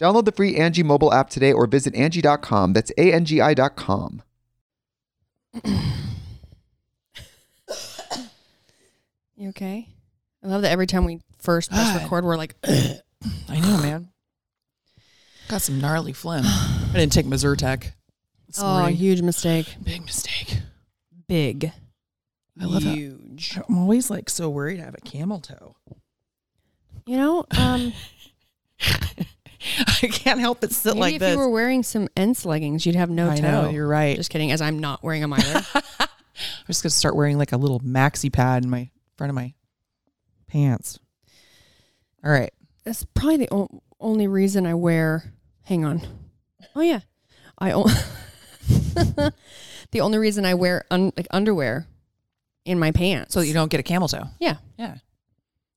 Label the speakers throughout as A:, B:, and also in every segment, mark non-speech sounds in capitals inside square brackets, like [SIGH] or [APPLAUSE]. A: Download the free Angie mobile app today or visit Angie.com. That's A-N-G-I dot com.
B: You okay? I love that every time we first press record, we're like,
C: I know, man. Got some gnarly [SIGHS] phlegm. I didn't take my Zyrtec. this
B: oh,
C: morning.
B: huge mistake.
C: big mistake.
B: Big.
C: I love it.
B: huge.
C: I'm always like so worried I have a camel toe. [LAUGHS]
B: You know, [LAUGHS] um,
C: I can't help but sit
B: maybe
C: like
B: if
C: this.
B: you were wearing some Ents leggings, you'd have no
C: I
B: toe.
C: know, you're right.
B: Just kidding, as I'm not wearing them [LAUGHS] either.
C: I'm just gonna start wearing like a little maxi pad in my front of my pants. All right.
B: That's probably the o- only reason I wear. Hang on. Oh yeah, I. O- [LAUGHS] the only reason I wear un- like underwear in my pants.
C: So that you don't get a camel toe.
B: Yeah.
C: Yeah.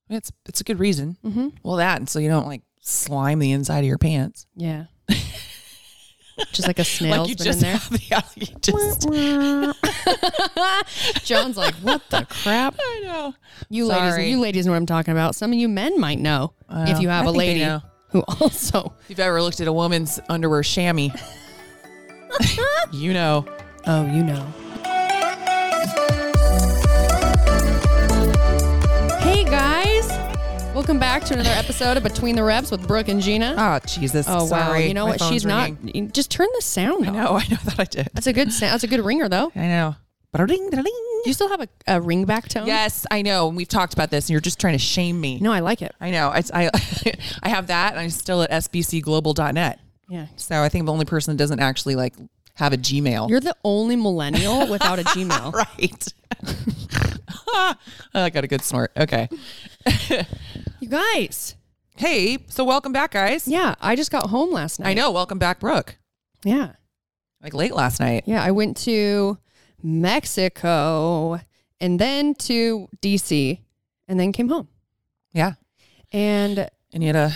C: I mean, It's it's a good reason.
B: Mm-hmm.
C: Well, that and so you don't like slime the inside of your pants.
B: Yeah. [LAUGHS] just like a snail's
C: like you
B: been
C: just
B: in there.
C: have the- [LAUGHS] yeah, you just
B: John's like, what the crap?
C: [LAUGHS] I know.
B: You
C: Sorry.
B: ladies, you ladies know what I'm talking about. Some of you men might know
C: Well,
B: if you have
C: I
B: a
C: think I
B: lady
C: know.
B: who also.
C: If you've ever looked at a woman's underwear chamois, you know.
B: Oh, you know. Hey guys, welcome back to another episode of Between the Reps with Brooke and Gina.
C: Oh Jesus!
B: oh wow,
C: Sorry.
B: you know
C: My
B: what?
C: phone's
B: She's
C: ringing.
B: not. Just turn the sound.
C: I
B: off.
C: know. I know that I did.
B: That's a good sound. That's a good ringer though.
C: I know. Ba-da-ding, da-da-ding.
B: Do you still have a, a ring back tone?
C: Yes, I know. And we've talked about this, and you're just trying to shame me.
B: No, I like it.
C: I know. I I, [LAUGHS] I have that, and I'm still at sbcglobal.net.
B: Yeah.
C: So I think I'm the only person that doesn't actually like have a
B: [LAUGHS]
C: Gmail.
B: You're the only millennial without a Gmail.
C: [LAUGHS] right. [LAUGHS] oh, I got a good snort. Okay.
B: You guys.
C: Hey, so welcome back, guys.
B: Yeah, I just got home last night.
C: I know. Welcome back, Brooke.
B: Yeah.
C: Like late last night.
B: Yeah, I went to Mexico and then to DC and then came home.
C: Yeah.
B: And
C: And you had a.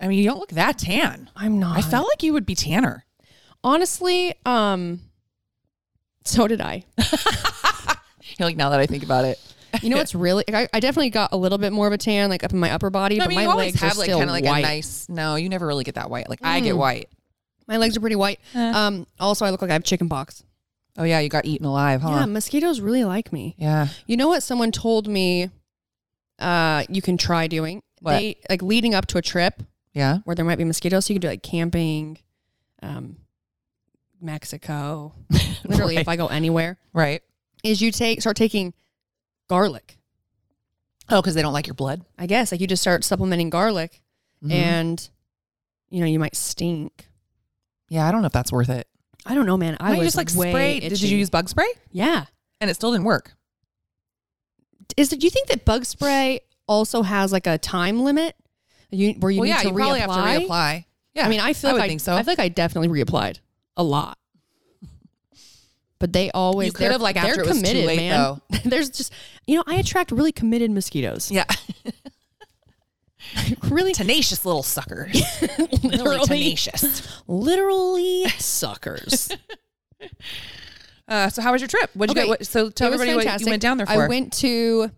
C: I mean, you don't look that tan.
B: I'm not
C: I felt like you would be tanner.
B: honestly um so did I.
C: You're like now that [LAUGHS] I think about it.
B: You know what's really I, I definitely got a little bit more of a tan like up in my upper body,
C: I
B: but
C: mean,
B: my
C: you always
B: legs
C: have
B: are
C: like
B: still
C: kind of like
B: white. Mm.
C: a nice. No, you never really get that white. Like I get white.
B: my legs are pretty white.
C: Uh.
B: Um also I look like I have chicken pox. Uh-huh.
C: Oh yeah, you got eaten alive,
B: Yeah,
C: huh?
B: mosquitoes really like me.
C: Yeah.
B: You know what someone told me uh you can try doing?
C: What?
B: They like leading up to a trip
C: Yeah.
B: where there might be mosquitoes, so you could do like camping, um
C: [LAUGHS]
B: Mexico. Literally if
C: Right.
B: I go anywhere,
C: Right.
B: is you take start taking garlic.
C: Oh, because they don't like your blood.
B: I guess like you just start supplementing garlic
C: Mm-hmm.
B: and you know, you might stink.
C: Yeah, I don't know if that's worth it.
B: I don't know, man. I
C: Why
B: was
C: you just like
B: way
C: spray. Did
B: itchy.
C: you use bug spray?
B: Yeah.
C: And it still didn't work.
B: Is it? Do you think that bug spray also has like a time limit? You where you
C: well,
B: need
C: yeah,
B: to
C: you
B: reapply?
C: probably have to reapply. Yeah,
B: I mean, I feel like
C: would
B: I,
C: think so.
B: I feel like I definitely reapplied a lot. But they always
C: You could
B: they're-
C: have, like,
B: they're
C: after it was too
B: committed,
C: late,
B: man. [LAUGHS] There's just you know I attract really committed mosquitoes. [LAUGHS]
C: [LAUGHS] yeah,
B: Really,
C: tenacious little suckers.
B: [LAUGHS]
C: really
B: Literally.
C: [LAUGHS] tenacious.
B: literally suckers.
C: Uh, so, how was your trip? What'd you
B: Okay.
C: get? What, so, tell
B: It was
C: everybody what you
B: fantastic.
C: went down there for.
B: I went to,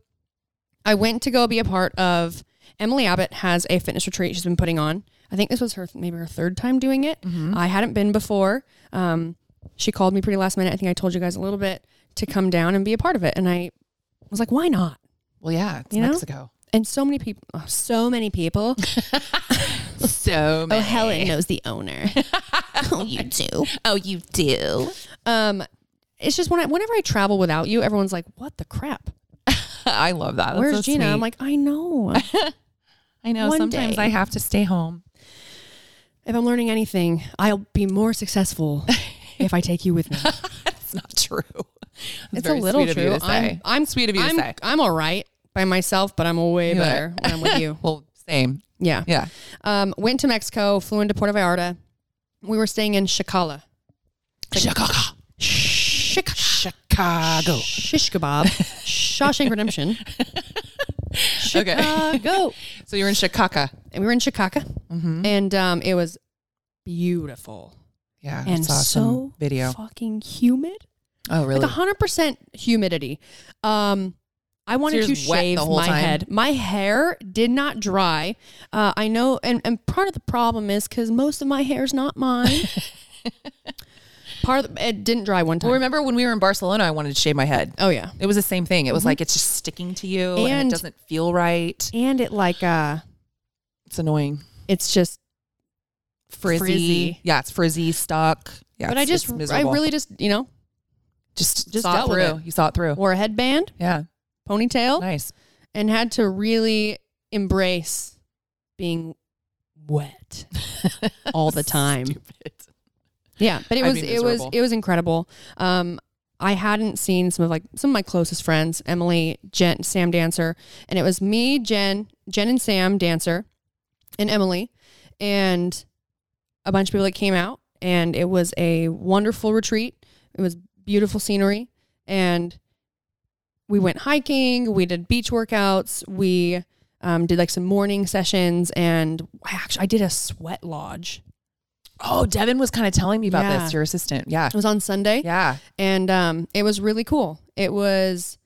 B: I went to go be a part of. Emily Abbott has a fitness retreat she's been putting on. I think this was her maybe her third time doing it.
C: Mm-hmm.
B: I hadn't been before. Um, she called me pretty last minute. I think I told you guys a little bit to come down and be a part of it, and I was like, why not?
C: Well, yeah, it's
B: You know?
C: Mexico.
B: And so many people, oh, so many people.
C: [LAUGHS] So
B: oh, Helen knows the
C: [LAUGHS]
B: owner. oh, you do.
C: Oh, you do.
B: Um, it's just when I, whenever I travel without you, everyone's like, what the crap?
C: [LAUGHS] I love that. That's
B: Where's
C: so
B: Gina? I'm
C: sweet.
B: like, I know.
C: I know.
B: one
C: Sometimes
B: day.
C: I have to stay home.
B: If I'm learning anything, I'll be more
C: [LAUGHS]
B: successful if I take you with me.
C: It's not true.
B: it's a little
C: sweet
B: true.
C: Of you to
B: I'm,
C: say.
B: I'm
C: sweet of you to
B: I'm,
C: say.
B: I'm all right by myself, but I'm way
C: You are.
B: better when I'm with
C: [LAUGHS]
B: you.
C: well, same.
B: Yeah.
C: Yeah.
B: Um, went to Mexico, flew into Puerto Vallarta. We were staying in Chicala.
C: Chicago.
B: Chic-
C: Chicago.
B: Shish kebab. [LAUGHS] Shawshank Redemption.
C: [LAUGHS]
B: Chicago.
C: So you're in Chicago.
B: And we were in Chicago,
C: Mm-hmm.
B: and um, it was beautiful
C: Yeah. I
B: and
C: saw
B: so
C: some video.
B: fucking humid.
C: Oh, really?
B: Like hundred percent humidity. Um, I wanted
C: you're
B: to
C: just wet
B: shave
C: the whole
B: my
C: time?
B: head. My hair did not dry. Uh, I know, and, and part of the problem is because most of my hair is not
C: [LAUGHS]
B: mine. part of the, it didn't dry one time.
C: well, remember when we were in Barcelona, I wanted to shave my head.
B: oh yeah,
C: It was the same thing. It was like it's just sticking to you Mm-hmm. and,
B: And-
C: it doesn't feel right.
B: and it like uh,
C: It's annoying.
B: it's just.
C: Frizzy.
B: Frizzy.
C: Yeah, it's frizzy, stuck. Yeah,
B: but I
C: it's-
B: just,
C: it's
B: I
C: miserable.
B: really just, you know,
C: just,
B: just
C: saw
B: dealt
C: it
B: with
C: through. oh, You saw it through.
B: wore a headband,
C: Yeah,
B: ponytail,
C: nice.
B: and had to really embrace being
C: [LAUGHS]
B: wet all the time. Yeah, but it
C: I'd
B: was
C: be
B: it was
C: miserable.
B: it was incredible. Um, I hadn't seen some of like some of my closest friends, Emily, Jen, Sam Dancer, and it was me, Jen, Jen and Sam Dancer, and Emily, and a bunch of people that came out, and it was a wonderful retreat. It was beautiful scenery, and we went hiking. We did beach workouts. We um, did like some morning sessions, and I actually I did a sweat lodge.
C: Oh, Devin was kind of telling me about
B: Yeah.
C: this. Your assistant. Yeah,
B: It was on Sunday.
C: yeah.
B: and um, it was really cool. It was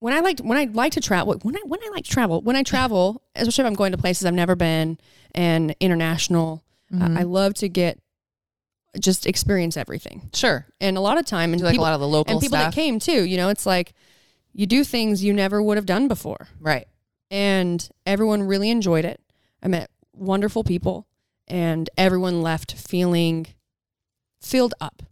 B: when I liked when I like to travel when I when I like to travel when I travel, especially if I'm going to places I've never been and international.
C: Mhm.
B: I, I love to get just experience everything,
C: sure.
B: and a lot of time and
C: Do like
B: people
C: a lot of the local
B: and people
C: stuff.
B: that came too. You know, it's like you do things you never would have done before,
C: right.
B: and everyone really enjoyed it. I met wonderful people, and everyone left feeling filled up,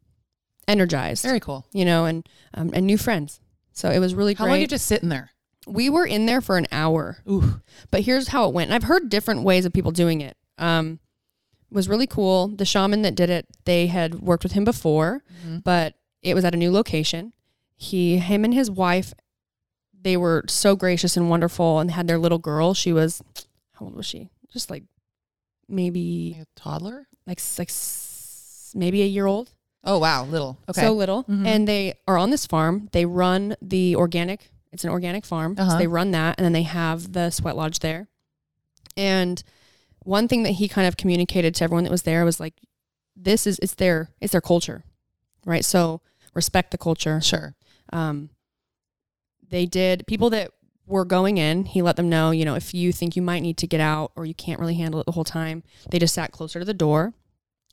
B: energized
C: Very cool.
B: you know, and um, and new friends. So it was really
C: How
B: great.
C: long you just sitting there?
B: we were in there for an hour,
C: Ooh.
B: but here's how it went. And I've heard different ways of people doing it. Um, it was really cool. The shaman that did it, they had worked with him before,
C: Mm-hmm.
B: but it was at a new location. He, him, and his wife, they were so gracious and wonderful, and had their little girl. She was, how old was she? Just like maybe
C: a toddler?
B: like six, maybe a year old
C: Oh wow, little. Okay.
B: so little
C: Mhm.
B: and they are on this farm they run the organic it's an organic farm so
C: Uh-huh.
B: they run that and then they have the sweat lodge there and one thing that he kind of communicated to everyone that was there was like this is it's their it's their culture right so respect the culture
C: sure.
B: um, they did people that were going in he let them know you know if you think you might need to get out or you can't really handle it the whole time they just sat closer to the door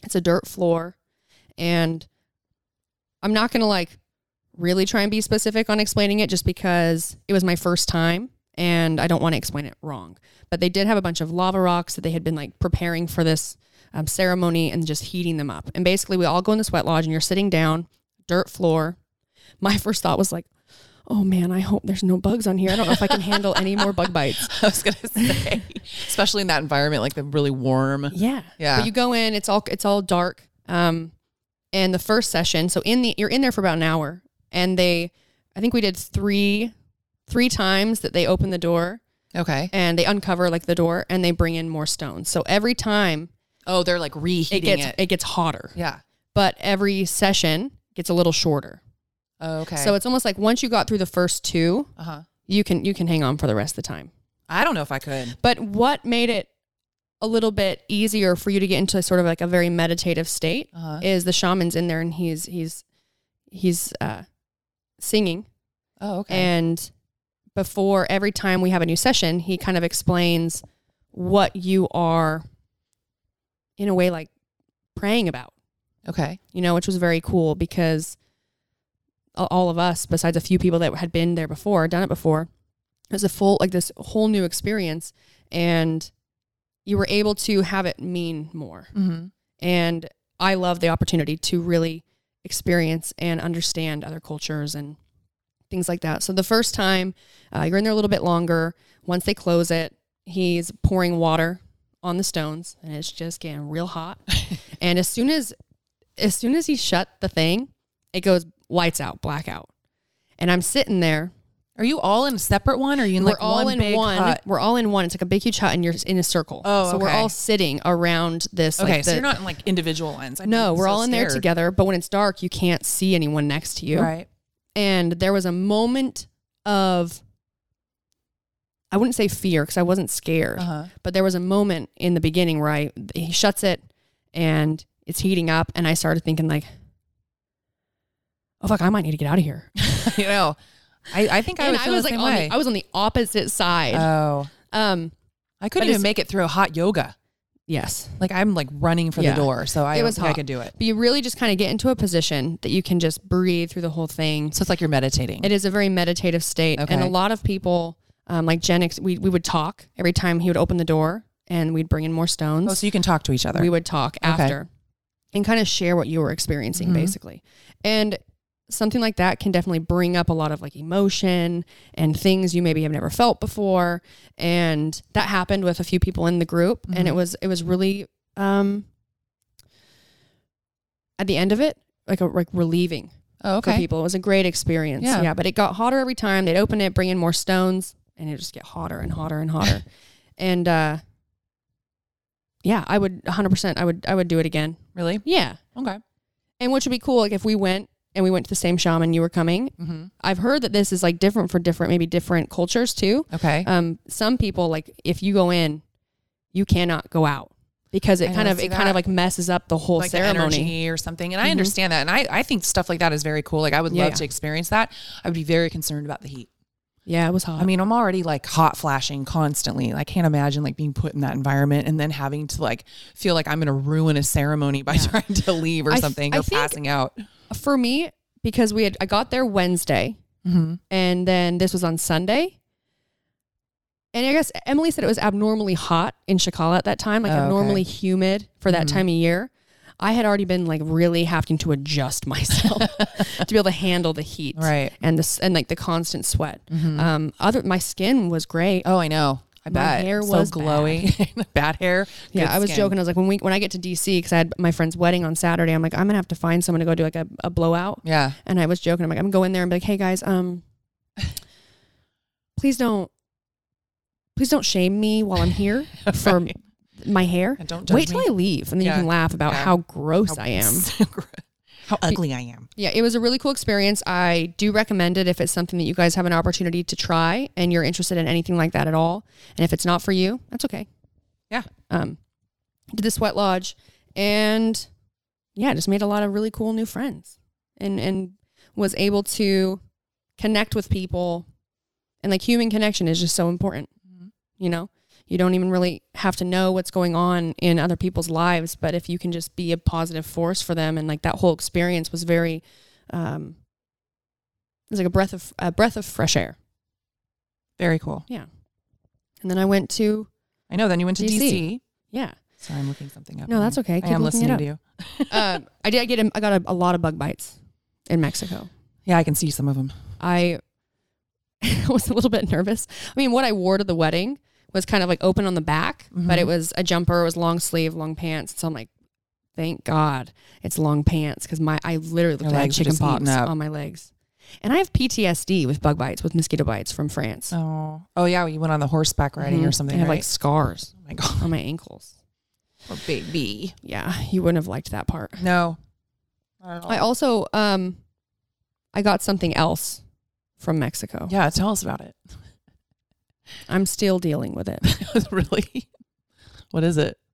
B: it's a dirt floor and i'm not gonna like really try and be specific on explaining it just because it was my first time and i don't want to explain it wrong but they did have a bunch of lava rocks that they had been like preparing for this um, ceremony and just heating them up and basically we all go in the sweat lodge and you're sitting down dirt floor my first thought was like, oh man, I hope there's no bugs on here. I don't know if I can handle any more bug bites.
C: [LAUGHS] I was gonna say, [LAUGHS] especially in that environment, like the really warm.
B: [LAUGHS] Yeah.
C: Yeah.
B: But you go in, it's all it's all dark. Um, And the first session, so in the you're in there for about an hour, and they, I think we did three, three times that they open the door
C: Okay.
B: and they uncover like the door and they bring in more stones. So every time
C: Oh, they're like reheating
B: it
C: it.
B: gets it. gets hotter,
C: yeah.
B: but every session gets a little shorter.
C: Oh, okay.
B: So it's almost like once you got through the first two,
C: uh huh.
B: you can you can hang on for the rest of the time.
C: I don't know if I could.
B: But what made it a little bit easier for you to get into sort of like a very meditative state
C: Uh-huh.
B: is the shaman's in there and he's he's he's uh, singing
C: Oh, okay.
B: and before every time we have a new session, he kind of explains what you are in a way like praying about,
C: okay.
B: you know, which was very cool because a- all of us, besides a few people that had been there before, done it before, it was a full, like this whole new experience. And you were able to have it mean more.
C: Mm-hmm.
B: And I love the opportunity to really experience and understand other cultures and things like that. So the first time uh, you're in there a little bit longer, once they close it, he's pouring water on the stones and it's just getting real hot. and as soon as as soon as he shut the thing, it goes lights out, blackout. And I'm sitting there.
C: Are you all in a separate one? Or are you in
B: we're
C: like
B: all
C: one
B: in
C: big
B: one.
C: hut?
B: We're all in one. It's like a big huge hut, and you're in a circle.
C: Oh,
B: so we're
C: okay.
B: all sitting around this.
C: Okay,
B: like
C: so
B: the-
C: you're not in like individual ones. I'd
B: no,
C: be
B: we're
C: so
B: all in there
C: scared.
B: together, but when it's dark, you can't see anyone next to you.
C: Right.
B: And there was a moment of, I wouldn't say fear because I wasn't scared,
C: Uh huh.
B: but there was a moment in the beginning where I, he shuts it and it's heating up. And I started thinking, like, oh, fuck, I might need to get out of here.
C: [LAUGHS] [LAUGHS] you know, I, I think I
B: and
C: would
B: I
C: feel
B: was
C: the
B: like,
C: same
B: on
C: way.
B: the, I was on the opposite side.
C: oh,
B: um,
C: I
B: But
C: couldn't
B: it's-
C: even make it through hot yoga.
B: yes.
C: Like I'm like running for
B: Yeah.
C: the door, so
B: It
C: I don't
B: was
C: think I
B: hot.
C: could do it.
B: But you really just kind of get into a position that you can just breathe through the whole thing.
C: So it's like you're meditating.
B: It is a very meditative state, and
C: Okay.
B: a lot of people, um, like Jen, ex- we we would talk every time he would open the door, and we'd bring in more stones.
C: oh, so you can talk to each other.
B: we would talk
C: Okay.
B: after, and kind of share what you were experiencing,
C: Mhm.
B: basically, and. Something like that can definitely bring up a lot of like emotion and things you maybe have never felt before, and that happened with a few people in the group, and it
C: Mhm.
B: was it was really um, at the end of it like a, like relieving
C: oh,
B: for
C: okay.
B: people. It was a great experience. Yeah.
C: Yeah.
B: but it got hotter every time. They'd open it, bring in more stones, and it just get hotter and hotter and
C: [LAUGHS]
B: hotter. and uh, yeah, I would 100%. I would I would do it again.
C: Really?
B: Yeah.
C: Okay.
B: And which would be cool like if we went and we went to the same shaman you were coming.
C: Mm-hmm.
B: I've heard that this is like different for different maybe different cultures too.
C: Okay.
B: Um some people like if you go in, you cannot go out because
C: I
B: it
C: know,
B: kind
C: I
B: of
C: see
B: it kind
C: that.
B: of like messes up the whole
C: like the
B: ceremony.
C: energy or something. And I
B: Mhm.
C: understand that. And I, I think stuff like that is very cool. Like I would
B: Yeah,
C: love
B: yeah.
C: to experience that. I would be very concerned about the heat.
B: Yeah, it was hot.
C: I mean, I'm already like hot flashing constantly. I can't imagine like being put in that environment and then having to like feel like I'm going to ruin a ceremony by trying to leave or
B: I th-
C: something
B: I
C: or
B: think-
C: passing out.
B: for me because we had I got there Wednesday
C: Mm-hmm.
B: and then this was on Sunday. And I guess Emily said it was abnormally hot in Chicala at that time, like
C: Oh, okay.
B: abnormally humid for that
C: Mhm.
B: time of year. I had already been like really having to adjust [LAUGHS]
C: [LAUGHS]
B: myself to be able to handle the heat
C: Right. Mm-hmm.
B: and this and like the constant sweat. Um, other my skin was great.
C: Oh, I know. I
B: My
C: bet.
B: hair
C: so
B: was
C: glowy. [LAUGHS]
B: [LAUGHS]
C: Bad, hair.
B: yeah,
C: good
B: I was
C: skin.
B: joking. I was like, when we when I get to DC because I had my friend's wedding on Saturday, I'm like, I'm gonna have to find someone to go do like a, a blowout.
C: Yeah.
B: And I was joking. I'm like, I'm gonna go in there and be like, hey guys, um, please don't, please don't shame me while I'm here for
C: [LAUGHS] Right.
B: my hair.
C: And don't judge
B: Wait till
C: me.
B: I leave, and then
C: Yeah.
B: you can laugh about
C: Yeah.
B: how gross I am.
C: [LAUGHS] How ugly I am.
B: Yeah, it was a really cool experience. I do recommend it if it's something that you guys have an opportunity to try and you're interested in anything like that at all. And if it's not for you, that's okay.
C: Yeah.
B: Um, did the sweat lodge, and yeah, just made a lot of really cool new friends, and and was able to connect with people, and like human connection is just so important. You know, you don't even really have to know what's going on in other people's lives, but if you can just be a positive force for them, and like that whole experience was very, um, it was like a breath of a breath of fresh air.
C: Very cool.
B: And then I went to
C: I know. Then you went to DC.
B: DC. yeah,
C: Sorry, I'm looking something up.
B: No, that's okay.
C: I
B: Keep
C: am
B: looking it
C: listening
B: up.
C: to you.
B: um, I did get a, I got a, a lot of bug bites in Mexico.
C: Yeah, I can see some of them.
B: I [LAUGHS] was a little bit nervous. I mean, what I wore to the wedding was kind of like open on the back, but
C: Mhm.
B: it was a jumper, it was long sleeve, long pants. So I'm like, Thank God it's long pants because my I literally looked
C: Your
B: like I had
C: legs are
B: chicken
C: just eaten
B: pox
C: up.
B: on my legs, and I have PTSD with bug bites with mosquito bites from France.
C: Oh, oh yeah, you went on the horseback riding or
B: Mhm.
C: something.
B: I have like Oh,
C: right?
B: scars
C: oh my
B: [LAUGHS]
C: god,
B: on my ankles.
C: poor baby.
B: Yeah, you wouldn't have liked that part.
C: No, Not at all.
B: I also um, I got something else from Mexico.
C: yeah, tell us about it. [LAUGHS]
B: I'm still dealing with it.
C: really, what is it?
B: [LAUGHS]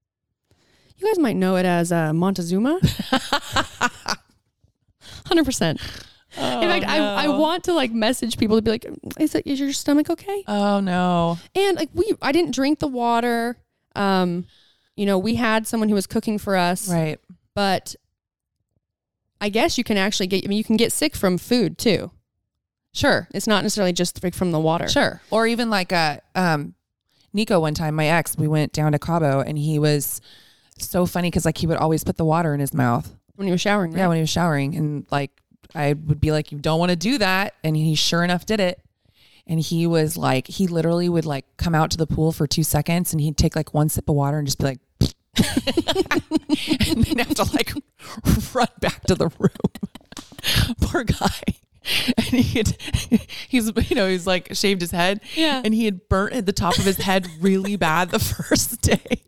B: You guys might know it as uh, [LAUGHS] Montezuma. Hundred percent. In fact, I,
C: Oh,
B: I want to like message people to be like, is it is your stomach okay?
C: Oh no.
B: And like we, I didn't drink the water. Um, you know, we had someone who was cooking for us,
C: Right.
B: but I guess you can actually get. I mean, you can get sick from food too.
C: Sure.
B: It's not necessarily just like from the water.
C: Sure. Or even like a um Nico one time, my ex, we went down to Cabo and he was so funny because like he would always put the water in his mouth.
B: when you were showering. Right?
C: Yeah, when he was showering and like I would be like, You don't want to do that and he sure enough did it. And he was like he literally would like come out to the pool for two seconds and he'd take like one sip of water and just be like [LAUGHS] and then have to like [LAUGHS] run back to the room. [LAUGHS] Poor guy. And he had, [LAUGHS] he's you know he's like shaved his head
B: Yeah.
C: and he had burnt at the top of his head really bad the [LAUGHS] first day,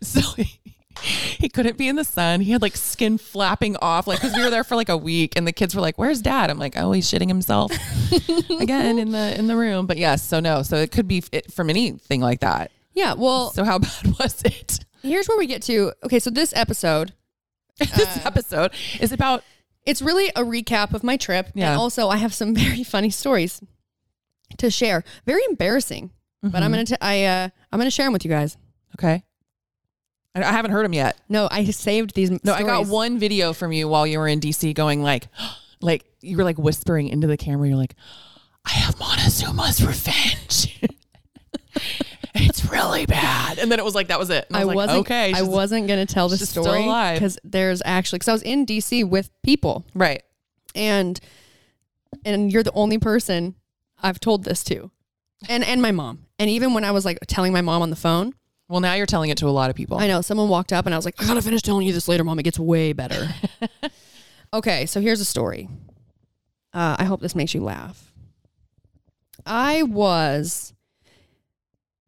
C: so he, he couldn't be in the sun. He had like skin flapping off like because we were there for like a week and the kids were like, "Where's Dad?" I'm like, "Oh, he's shitting himself again in the in the room." But yes, so no, so it could be it, from anything like that.
B: yeah. Well,
C: So how [LAUGHS] bad was it?
B: here's where we get to. Okay, so this episode,
C: this episode is about
B: it's really a recap of my trip.
C: Yeah.
B: And also, I have some [LAUGHS] very funny stories to share. Very embarrassing, but I'm
C: Mm-hmm.
B: gonna t- I uh, I'm gonna share them with you guys.
C: Okay. I, I haven't heard him yet.
B: No, I saved these.
C: No, I got one video from you while you were in DC going like, [GASPS] like you were like whispering into the camera. You're like, I have Montezuma's revenge. [LAUGHS] it's really bad. And then it was like, that was it. And I
B: I
C: was like,
B: wasn't.
C: okay.
B: I
C: she's-
B: wasn't gonna tell the
C: she's still
B: story
C: alive.
B: because there's actually because I was in DC with people
C: Right.
B: and and you're the only person I've told this to, and and my mom. And even when I was like telling my mom on the phone,
C: Well, now you're telling it to a lot of people.
B: I know. Someone walked up and I was like, I gotta finish telling you this later, mom. It gets way better. okay, so here's a story. Uh, I hope this makes you laugh. I was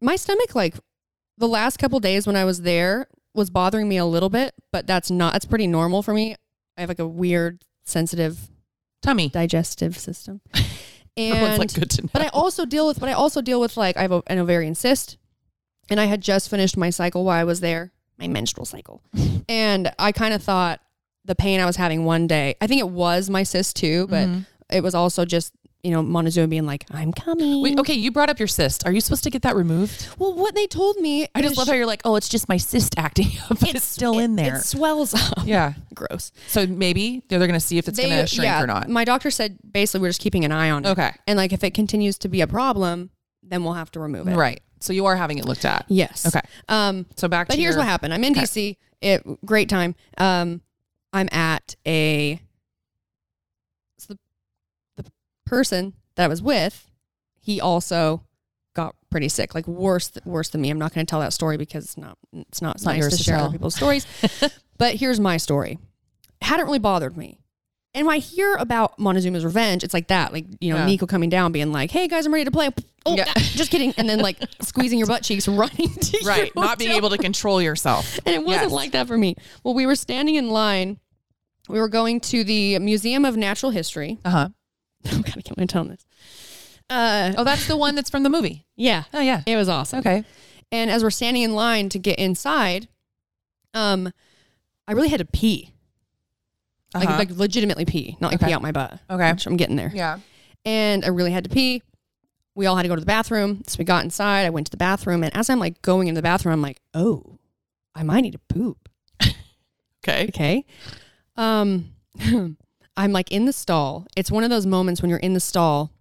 B: my stomach like the last couple days when I was there was bothering me a little bit, but that's not that's pretty normal for me. I have like a weird sensitive
C: Tummy.
B: digestive
C: [LAUGHS]
B: system.
C: Everyone's
B: And
C: Oh, like, good to know.
B: but I also deal with, but I also deal with like I have a, an ovarian cyst, and I had just finished my cycle while I was there, my menstrual
C: [LAUGHS]
B: cycle, and I kind of thought the pain I was having one day. I think it was my cyst too, but
C: Mm-hmm.
B: it was also just you know Montezuma being like, "I'm coming."
C: Wait, okay, you brought up your cyst. Are you supposed to get that removed?
B: Well, what they told me,
C: I just
B: is
C: love how you're like, oh, it's just my cyst acting up, but it's, still
B: it-
C: in there.
B: It swells up.
C: [LAUGHS] yeah.
B: Gross.
C: So maybe they're going to see if it's
B: They-
C: going to shrink
B: yeah,
C: or not.
B: My doctor said basically we're just keeping an eye on it.
C: Okay.
B: And like if it continues to be a problem, then we'll have to remove it.
C: Right. So you are having it looked at.
B: Yes.
C: Okay.
B: Um,
C: So back
B: But
C: to
B: here's
C: your-
B: what happened. I'm in
C: Okay.
B: DC. It great time. Um, I'm at a. So the, the person that I was with, he also got pretty sick, like worse th- worse than me. I'm not going to tell that story because it's not it's not,
C: not
B: nice
C: yours
B: to
C: to
B: share
C: tell.
B: other people's
C: [LAUGHS]
B: stories. but here's my story. hadn't really bothered me. And when I hear about Montezuma's revenge, it's like that, like you know,
C: Yeah.
B: Nico coming down, being like, "Hey guys, I'm ready to play." Oh,
C: Yeah.
B: ah, just kidding. And then
C: [LAUGHS]
B: like squeezing your butt cheeks, [LAUGHS] running to your
C: [LAUGHS] right not being
B: hotel
C: able to control yourself
B: and it wasn't
C: Yes.
B: like that for me. Well, we were standing in line. We were going to the Museum of Natural History.
C: [LAUGHS]
B: [LAUGHS]
C: uh-huh
B: Oh God, I can't wait to tell them this. Uh,
C: oh that's the one that's from the movie
B: yeah,
C: oh yeah
B: it was awesome.
C: okay
B: And as we're standing in line to get inside, um, I really had to pee, like
C: Uh-huh.
B: like legitimately pee, not like
C: Okay.
B: pee out my butt.
C: Okay.
B: which I'm getting there.
C: yeah
B: and I really had to pee. We all had to go to the bathroom. So we got inside. I went to the bathroom. And as I'm like going into the bathroom, I'm like, oh, I might need to poop.
C: okay
B: Okay. Um, [LAUGHS] I'm like in the stall. It's one of those moments when you're in the stall.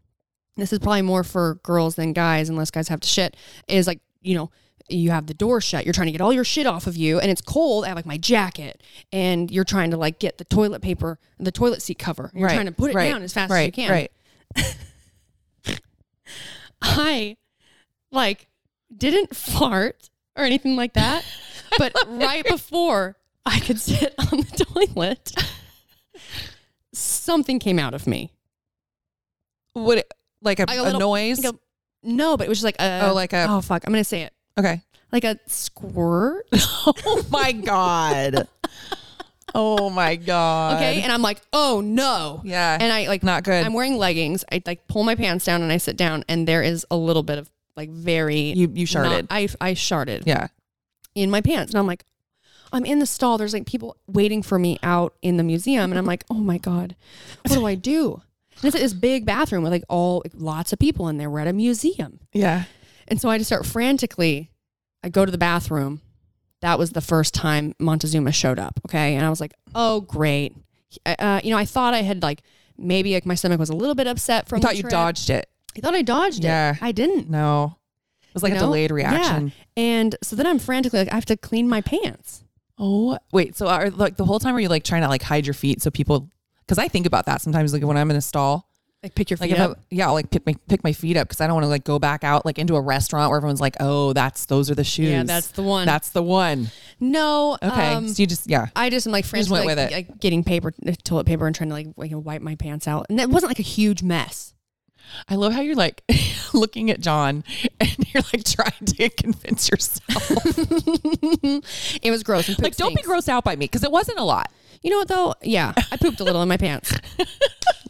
B: This is probably more for girls than guys, unless guys have to shit. Is like, you know, you have the door shut. You're trying to get all your shit off of you, and it's cold. I have like my jacket, and you're trying to like get the toilet paper, the toilet seat cover. You're trying to put it
C: right,
B: down as fast
C: right,
B: as you can.
C: right
B: I like didn't fart or anything like that, but right before I could sit on the [LAUGHS] toilet, something came out of me.
C: What? it- Like a,
B: Like a
C: a
B: little-
C: noise?
B: like No, but it was just like a
C: Oh, like a-
B: oh fuck, I'm gonna say it
C: okay.
B: like a squirt.
C: [LAUGHS] Oh my god. oh my
B: [LAUGHS]
C: god.
B: Okay, and I'm like, oh no,
C: Yeah.
B: and I like
C: Not good.
B: I'm wearing leggings. I like pull my pants down and I sit down, and there is a little bit of like very
C: you you
B: not-
C: sharded.
B: I I sharded
C: yeah.
B: in my pants, and I'm like, I'm in the stall. There's like people waiting for me out in the museum, and I'm like, oh my god, what do I do? And it's like this big bathroom with like all like, lots of people in there. We're at a museum,
C: Yeah.
B: and so I just start frantically. I go to the bathroom. That was the first time Montezuma showed up. Okay, and I was like, oh great. Uh, you know, I thought I had like maybe like my stomach was a little bit upset from.
C: I thought
B: the
C: you
B: trip.
C: dodged it.
B: I thought I dodged
C: Yeah.
B: it. I didn't.
C: No. It was like
B: You
C: a
B: know?
C: delayed
B: Yeah.
C: reaction.
B: And so then I'm frantically like, I have to clean my pants.
C: Oh, wait. So are like the whole time are you like trying to like hide your feet so people cuz I think about that sometimes like when I'm in a stall.
B: Like pick your
C: Like
B: feet
C: if
B: up.
C: I, yeah, I'll like pick my pick my feet up cuz I don't want to like go back out like into a restaurant where everyone's like, "Oh, that's those are the shoes."
B: Yeah, that's the one.
C: That's the one.
B: no.
C: Okay.
B: um,
C: so you just yeah.
B: I just am like
C: just
B: frantically
C: went
B: like,
C: with it.
B: like, getting paper, toilet paper, and trying to like, like wipe my pants out. And it wasn't like a huge mess.
C: I love how you're like [LAUGHS] looking at John [LAUGHS] and you're like trying to [LAUGHS] convince yourself.
B: It was gross. And poop
C: like, don't be
B: stinks.
C: grossed out by me because it wasn't a lot. [LAUGHS]
B: You know what though? Yeah, I pooped a little in my pants,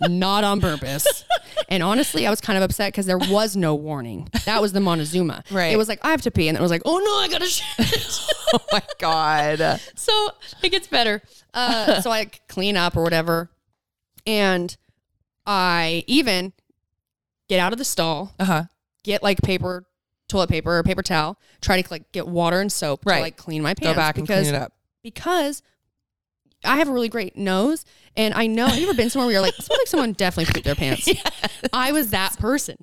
B: not on purpose. And honestly, I was kind of upset because there was no warning. That was the Montezuma.
C: Right.
B: It was like I have to pee, and it was like, oh no, I gotta shit. [LAUGHS]
C: Oh my God.
B: so it gets better. Uh, so I clean up or whatever, and I even get out of the stall,
C: Uh huh.
B: get like paper, toilet paper or paper towel, try to like get water and soap to
C: Right.
B: like clean my pants.
C: Go back and clean it up.
B: because I have a really great nose, and I know have you ever been somewhere where you're like, "It smells like someone definitely pooped their
C: [LAUGHS]
B: pants. I was that person.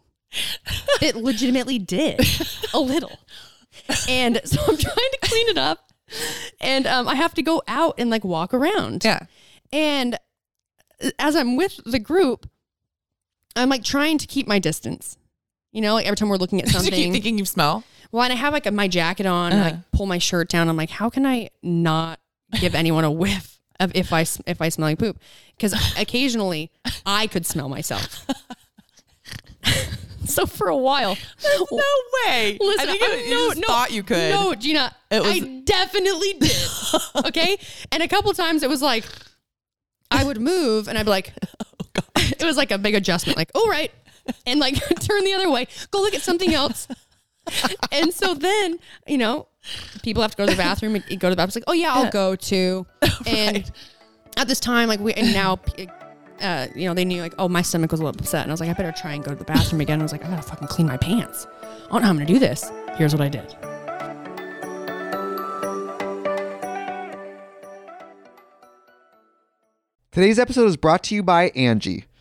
B: It legitimately did a little, and so I'm trying to clean it up, and um, I have to go out and like walk around,
C: Yeah.
B: and uh, as I'm with the group, I'm like trying to keep my distance. You know, like every time we're
C: [LAUGHS]
B: looking at
C: Did you keep
B: something,
C: thinking you smell?
B: well, and I have like my jacket on, and I
C: Uh-huh.
B: pull my shirt down. I'm like, how can I not give anyone a whiff of if I s- if I smell like poop? Because occasionally I could smell myself. [LAUGHS] so for a while,
C: No way.
B: listen,
C: I think
B: I'm-
C: you, you just thought you could.
B: No, Oh, Gina,
C: It was-
B: I definitely
C: [LAUGHS]
B: did. okay, and a couple times it was like I would move, and I'd be
C: [LAUGHS]
B: like,
C: Oh,
B: [LAUGHS] it was like a big adjustment, like, all right, and like [LAUGHS] turn the other way, go look at something
C: [LAUGHS]
B: else. and so then, you know, people have to go to the bathroom and you go to the bathroom. It's like, oh yeah, I'll go
C: [LAUGHS]
B: too. And at this time, like we, and now, uh, you know, they knew like, oh, my stomach was a little upset. And I was like, I better try and go to the bathroom again. And I was like, I gotta fucking clean my pants. I don't know how I'm gonna do this. Here's what I did.
A: Today's episode is brought to you by Angie.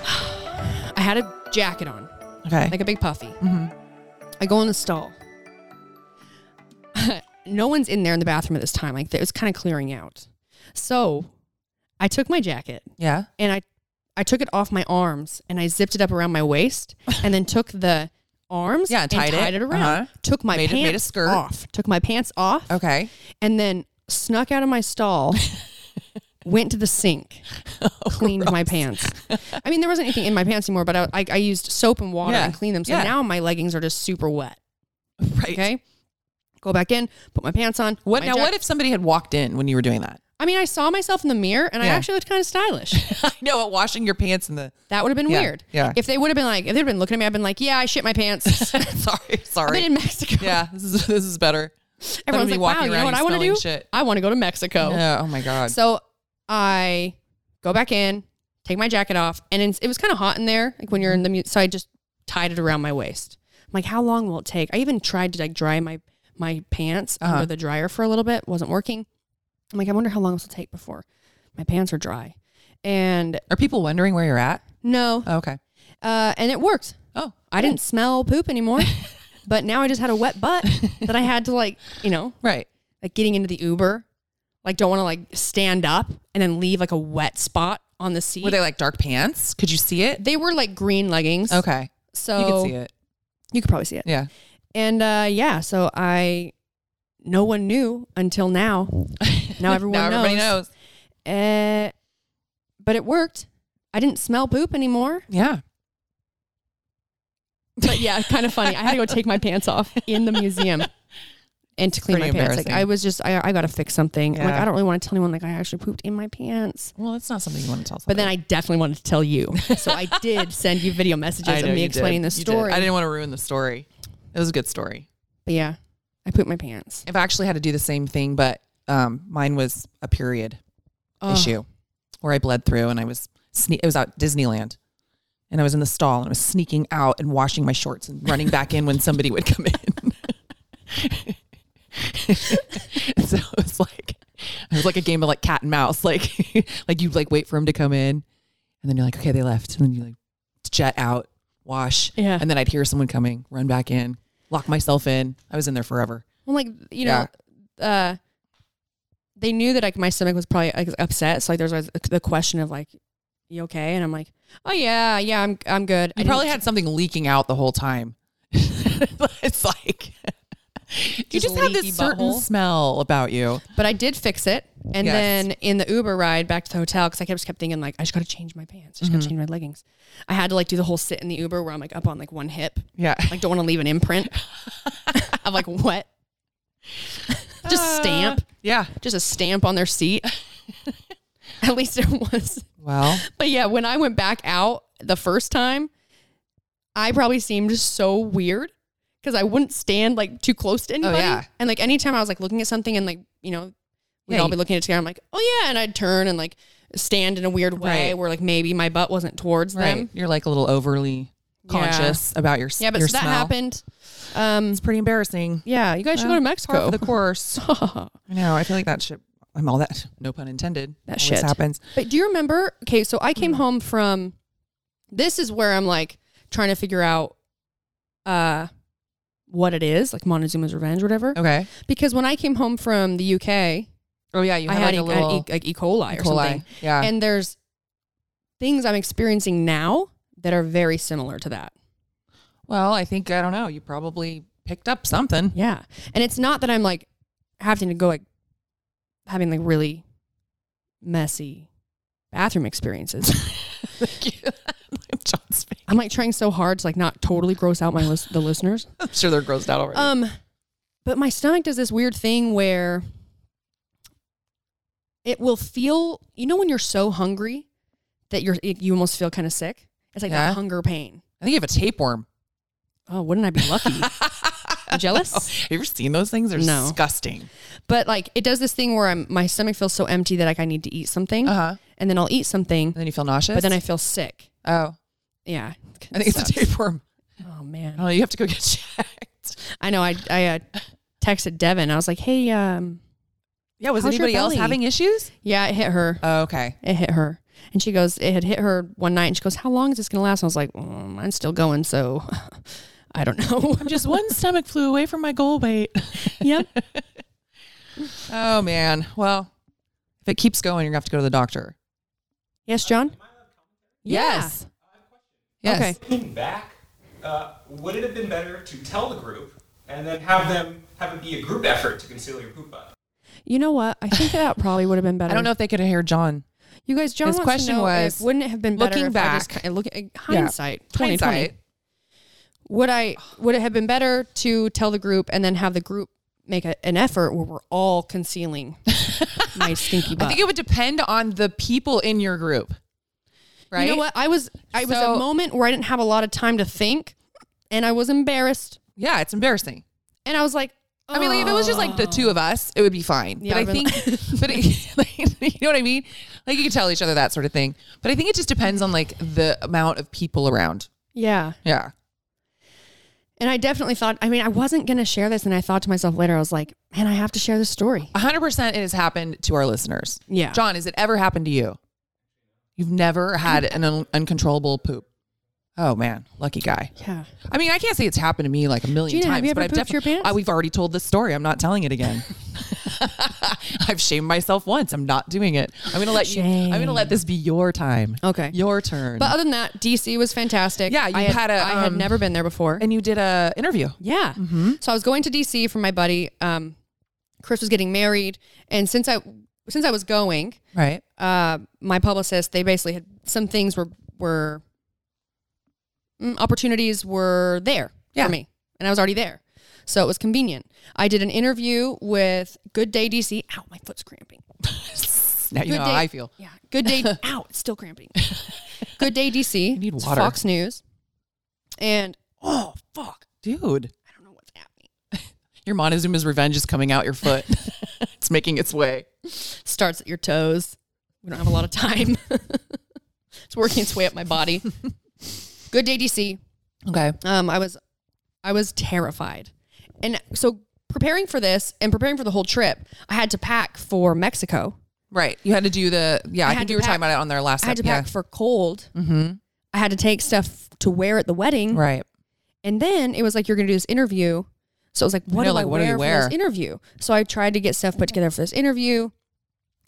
B: I had a jacket on,
C: Okay.
B: like a big
C: [LAUGHS]
B: puffy.
C: Mm-hmm.
B: I go in the stall. [LAUGHS] no one's in there in the bathroom at this time. Like it was kind of clearing out. So I took my jacket
C: yeah.
B: and I I took it off my arms and I zipped it up around my
C: [LAUGHS]
B: waist and then took the arms
C: Yeah, tied
B: and
C: it.
B: tied it, around.
C: Uh-huh.
B: Took my
C: Made it-
B: pants
C: made a skirt.
B: off. Took my pants off.
C: Okay.
B: And then snuck out of my
C: [LAUGHS]
B: stall. Went to the sink,
C: Oh,
B: cleaned my pants. I mean, there wasn't anything in my pants anymore, but I, I, I used soap and water
C: Yeah.
B: and cleaned them. So
C: Yeah.
B: now my leggings are just super wet.
C: Right.
B: Okay, go back in, put my pants on.
C: What
B: my
C: now?
B: jack-
C: What if somebody had walked in when you were
B: [LAUGHS]
C: doing that?
B: I mean, I saw myself in the mirror and I
C: Yeah.
B: actually looked kind of
C: [LAUGHS]
B: stylish.
C: I know, at washing your pants in the. [LAUGHS]
B: That would have been
C: Yeah,
B: weird.
C: yeah.
B: If they would have been like, if they'd been looking at me, I've been like, yeah, I shit my pants.
C: [LAUGHS] sorry,
B: I've
C: sorry.
B: been in Mexico.
C: yeah, this is this is better.
B: Everyone's
C: That'd
B: like,
C: be
B: wow,
C: walking
B: you know
C: around,
B: what
C: you
B: I want to
C: smelling
B: do?
C: shit.
B: I want to go to Mexico.
C: Yeah, oh my god.
B: So I go back in, take my jacket off, and it's, it was kind of hot in there. Like when you're in the, mu- so I just tied it around my waist. I'm like, how long will it take? I even tried to like dry my my pants
C: Uh-huh.
B: under the dryer for a little bit. Wasn't working. I'm like, I wonder how long this will take before my pants are dry. And
C: Are people wondering where you're at?
B: no,
C: Oh, okay.
B: uh, and it worked.
C: Oh,
B: I didn't smell poop
C: [LAUGHS]
B: anymore, but now I just had a wet butt that I had to like, you know,
C: right.
B: like getting into the Uber, like don't want to like stand up and then leave like a wet spot on the seat.
C: Were they like dark pants? Could you see it?
B: They were like green leggings.
C: Okay,
B: So
C: you could see it.
B: You could probably see it.
C: Yeah.
B: And uh, yeah, so I, no one knew until
C: [LAUGHS]
B: now. Now everyone
C: now everybody
B: knows.
C: knows.
B: Uh, but it worked. I didn't smell poop
C: [LAUGHS]
B: anymore.
C: Yeah.
B: But yeah, kind of funny. I
C: [LAUGHS]
B: had to go take my pants off in the museum and to clean
C: Pretty
B: my pants. Like
C: embarrassing.
B: I was just, I, I got to fix something. I'm like,
C: Yeah.
B: I don't really want to tell anyone. Like I actually pooped in my pants.
C: Well, that's not something you want to tell.
B: But then I definitely wanted to tell you. So
C: [LAUGHS]
B: I did send you video messages
C: somebody. I know
B: of me
C: you
B: explaining
C: did.
B: this
C: You did.
B: story.
C: I didn't want to ruin the story. It was a good story.
B: But yeah, I pooped my pants.
C: I've actually had to do the same thing, but um, mine was a period issue where I bled through and I was sne- it was out Disneyland and I was in the stall and I was sneaking out and washing my shorts and running back in when somebody would come in. [LAUGHS] so it was like it was like a game of like cat and mouse, like [LAUGHS] like you like wait for him to come in and then you're like, okay, they left. And then you like jet out, wash.
B: Yeah.
C: And then I'd hear someone coming, run back in, lock myself in. I was in there forever.
B: Well, like you know, uh, they knew that like my stomach was probably like, upset. So like there's always the question of like, you okay? And I'm like, oh yeah, yeah, I'm I'm good.
C: You
B: I
C: probably
B: didn't-
C: had something leaking out the whole time. [LAUGHS]
B: [LAUGHS]
C: it's like you
B: Just
C: just have
B: leaky
C: this certain
B: butthole.
C: smell about you.
B: but I did fix it. And
C: Yes.
B: then in the Uber ride back to the hotel, because I kept just kept thinking like, I just got to change my pants. I just got
C: Mm-hmm.
B: to change my leggings. I had to like do the whole sit in the Uber where I'm like up on like one hip,
C: Yeah. [LAUGHS]
B: like don't want to leave an imprint of like what. just
C: Uh.
B: stamp,
C: Yeah.
B: just a stamp on their
C: [LAUGHS]
B: seat. At least it was.
C: Well,
B: But yeah, when I went back out the first time, I probably seemed so weird because I wouldn't stand like too close to anybody.
C: Oh, yeah.
B: And like anytime I was like looking at something and like, you know, we'd
C: Yeah,
B: all
C: you-
B: be looking at it together, I'm like, oh yeah. And I'd turn and like stand in a weird way
C: Right.
B: where like maybe my butt wasn't towards
C: right.
B: them.
C: You're like a little overly conscious about your s-
B: Yeah, but
C: your
B: so that
C: smell.
B: happened. Um,
C: It's pretty embarrassing.
B: yeah, you guys should go to
C: Well, par
B: Mexico. [LAUGHS]
C: for the course. [LAUGHS] I know. I feel like that shit. I'm all that. No pun intended.
B: that
C: always
B: shit
C: happens.
B: But do you remember? Okay, so I
C: Hmm.
B: came home from. This is where I'm like trying to figure out, uh, what it is like Montezuma's Revenge, or whatever.
C: Okay.
B: Because when I came home from the UK,
C: Oh yeah, you
B: I had,
C: had, like a
B: E- I had
C: little
B: E- like E. coli,
C: E.
B: or something.
C: Yeah.
B: And there's things I'm experiencing now that are very similar to that.
C: well, I think I don't know. You probably picked up something.
B: [LAUGHS]
C: [LAUGHS]
B: Yeah, and it's not that I'm like having to go like having like really messy bathroom experiences.
C: John's face. [LAUGHS]
B: I'm like trying so hard to like not totally gross out my list the listeners.
C: I'm sure they're grossed out already.
B: Um, But my stomach does this weird thing where it will feel, you know, when you're so hungry that you're, it, you almost feel kind of sick. It's like
C: Yeah.
B: that hunger pain.
C: I think you have a tapeworm.
B: Oh, wouldn't I be lucky?
C: [LAUGHS]
B: You jealous?
C: Oh, Have you ever seen those things? They're
B: No.
C: disgusting.
B: But like, it does this thing where I'm, my stomach feels so empty that like I need to eat something,
C: Uh huh. And
B: and then I'll eat something,
C: then you feel nauseous.
B: but then I feel sick.
C: oh,
B: Yeah,
C: I think it's a
B: Sucks.
C: tapeworm.
B: Oh man,
C: Oh, you have to go get [LAUGHS] checked.
B: I know. I I uh, texted Devin. I was like, hey, um,
C: Yeah, was
B: How's your
C: anybody else
B: belly?
C: having issues?
B: yeah, it hit her.
C: Oh, okay.
B: it hit her. And she goes, it had hit her one night, and she goes, "How long is this gonna last?" And I was like, mm, "Mine's still going, so [LAUGHS] I don't know." [LAUGHS]
C: I'm just one stomach flew away from my goal weight.
B: yep.
C: [LAUGHS] Oh man. Well, if it keeps going, you're gonna have to go to the doctor.
B: [LAUGHS] Yes, John.
C: Yes.
B: Okay.
C: Yes.
D: Looking back, uh, would it have been better to tell the group and then have them have it be a group effort to conceal your poop button?
B: You know what? I think that probably would have been better.
C: I don't know if they could hear John.
B: you guys. John
C: His
B: wants
C: question
B: to know if,
C: was,
B: wouldn't it have been better
C: looking
B: if I just
C: back-
B: ki- look uh, hindsight, 2020.
C: Hindsight.
B: Would I? Would it have been better to tell the group and then have the group make a, an effort where we're all [LAUGHS] concealing my stinky butt?
C: I think it would depend on the people in your group. Right?
B: You know what? I was I was
C: So-
B: a moment where I didn't have a lot of time to think, and I was embarrassed,
C: Yeah, it's embarrassing.
B: and I was like,
C: I mean, like, if it was just like the two of us, it would be fine.
B: Yeah,
C: but I
B: I'd been
C: think, [LAUGHS] but it, like, you know what I mean? Like you could tell each other that sort of thing. But I think it just depends on like the amount of people around.
B: yeah.
C: Yeah.
B: And I definitely thought. I mean, I wasn't gonna share this, and I thought to myself later, I was like, man, I have to share this story.
C: 100% it has happened to our listeners.
B: Yeah.
C: John, has it ever happened to you? You've never had an un- uncontrollable poop. Oh man, lucky guy.
B: Yeah.
C: I mean, I can't say it's happened to me like a million
B: Gina,
C: times,
B: have you
C: but
B: ever
C: I've
B: pooped your pants?
C: I- we've already told this story. I'm not telling
B: [LAUGHS]
C: it again. [LAUGHS] I've shamed myself once. I'm not doing it. I'm gonna let you. I'm gonna let this be your time.
B: Okay.
C: your turn.
B: But other than that, DC was fantastic.
C: Yeah, you
B: I had,
C: had a,
B: I had
C: um,
B: never been there before.
C: and you did a interview.
B: Yeah. So I was going to DC for my buddy. Um, Chris was getting married, and since I since I was going,
C: Right.
B: uh, my publicist, they basically had some things were were mm, opportunities were there
C: Yeah.
B: for me, and I was already there, so it was convenient. I did an interview with Good Day DC. Ow, my foot's cramping.
C: Now you
B: Good
C: know
B: day.
C: how I feel.
B: Yeah, Good
C: [LAUGHS]
B: Day. ow, it's still cramping. Good Day DC.
C: You need
B: It's
C: water.
B: Fox News, and oh fuck,
C: Dude,
B: I don't know what's happening.
C: your Montezuma's revenge is coming out
B: [LAUGHS]
C: your foot. it's making its way.
B: Starts at your toes. We don't have a lot of time. [LAUGHS] it's working its way up my
C: [LAUGHS]
B: body. Good Day DC.
C: Okay.
B: um, I was I was terrified. And so preparing for this and preparing for the whole trip, I had to pack for Mexico.
C: Right. You had to do the yeah. I,
B: I had
C: think
B: to
C: you were
B: pack-
C: talking about it on their last.
B: I had to
C: ep-
B: pack for cold.
C: Yeah. Mm-hmm.
B: I had to take stuff to wear at the wedding.
C: Right.
B: And then it was like you're going to do this interview. So it was like what
C: know,
B: do
C: like,
B: I
C: what do you
B: wear,
C: wear?
B: for this interview? So I tried to get stuff put together for this interview.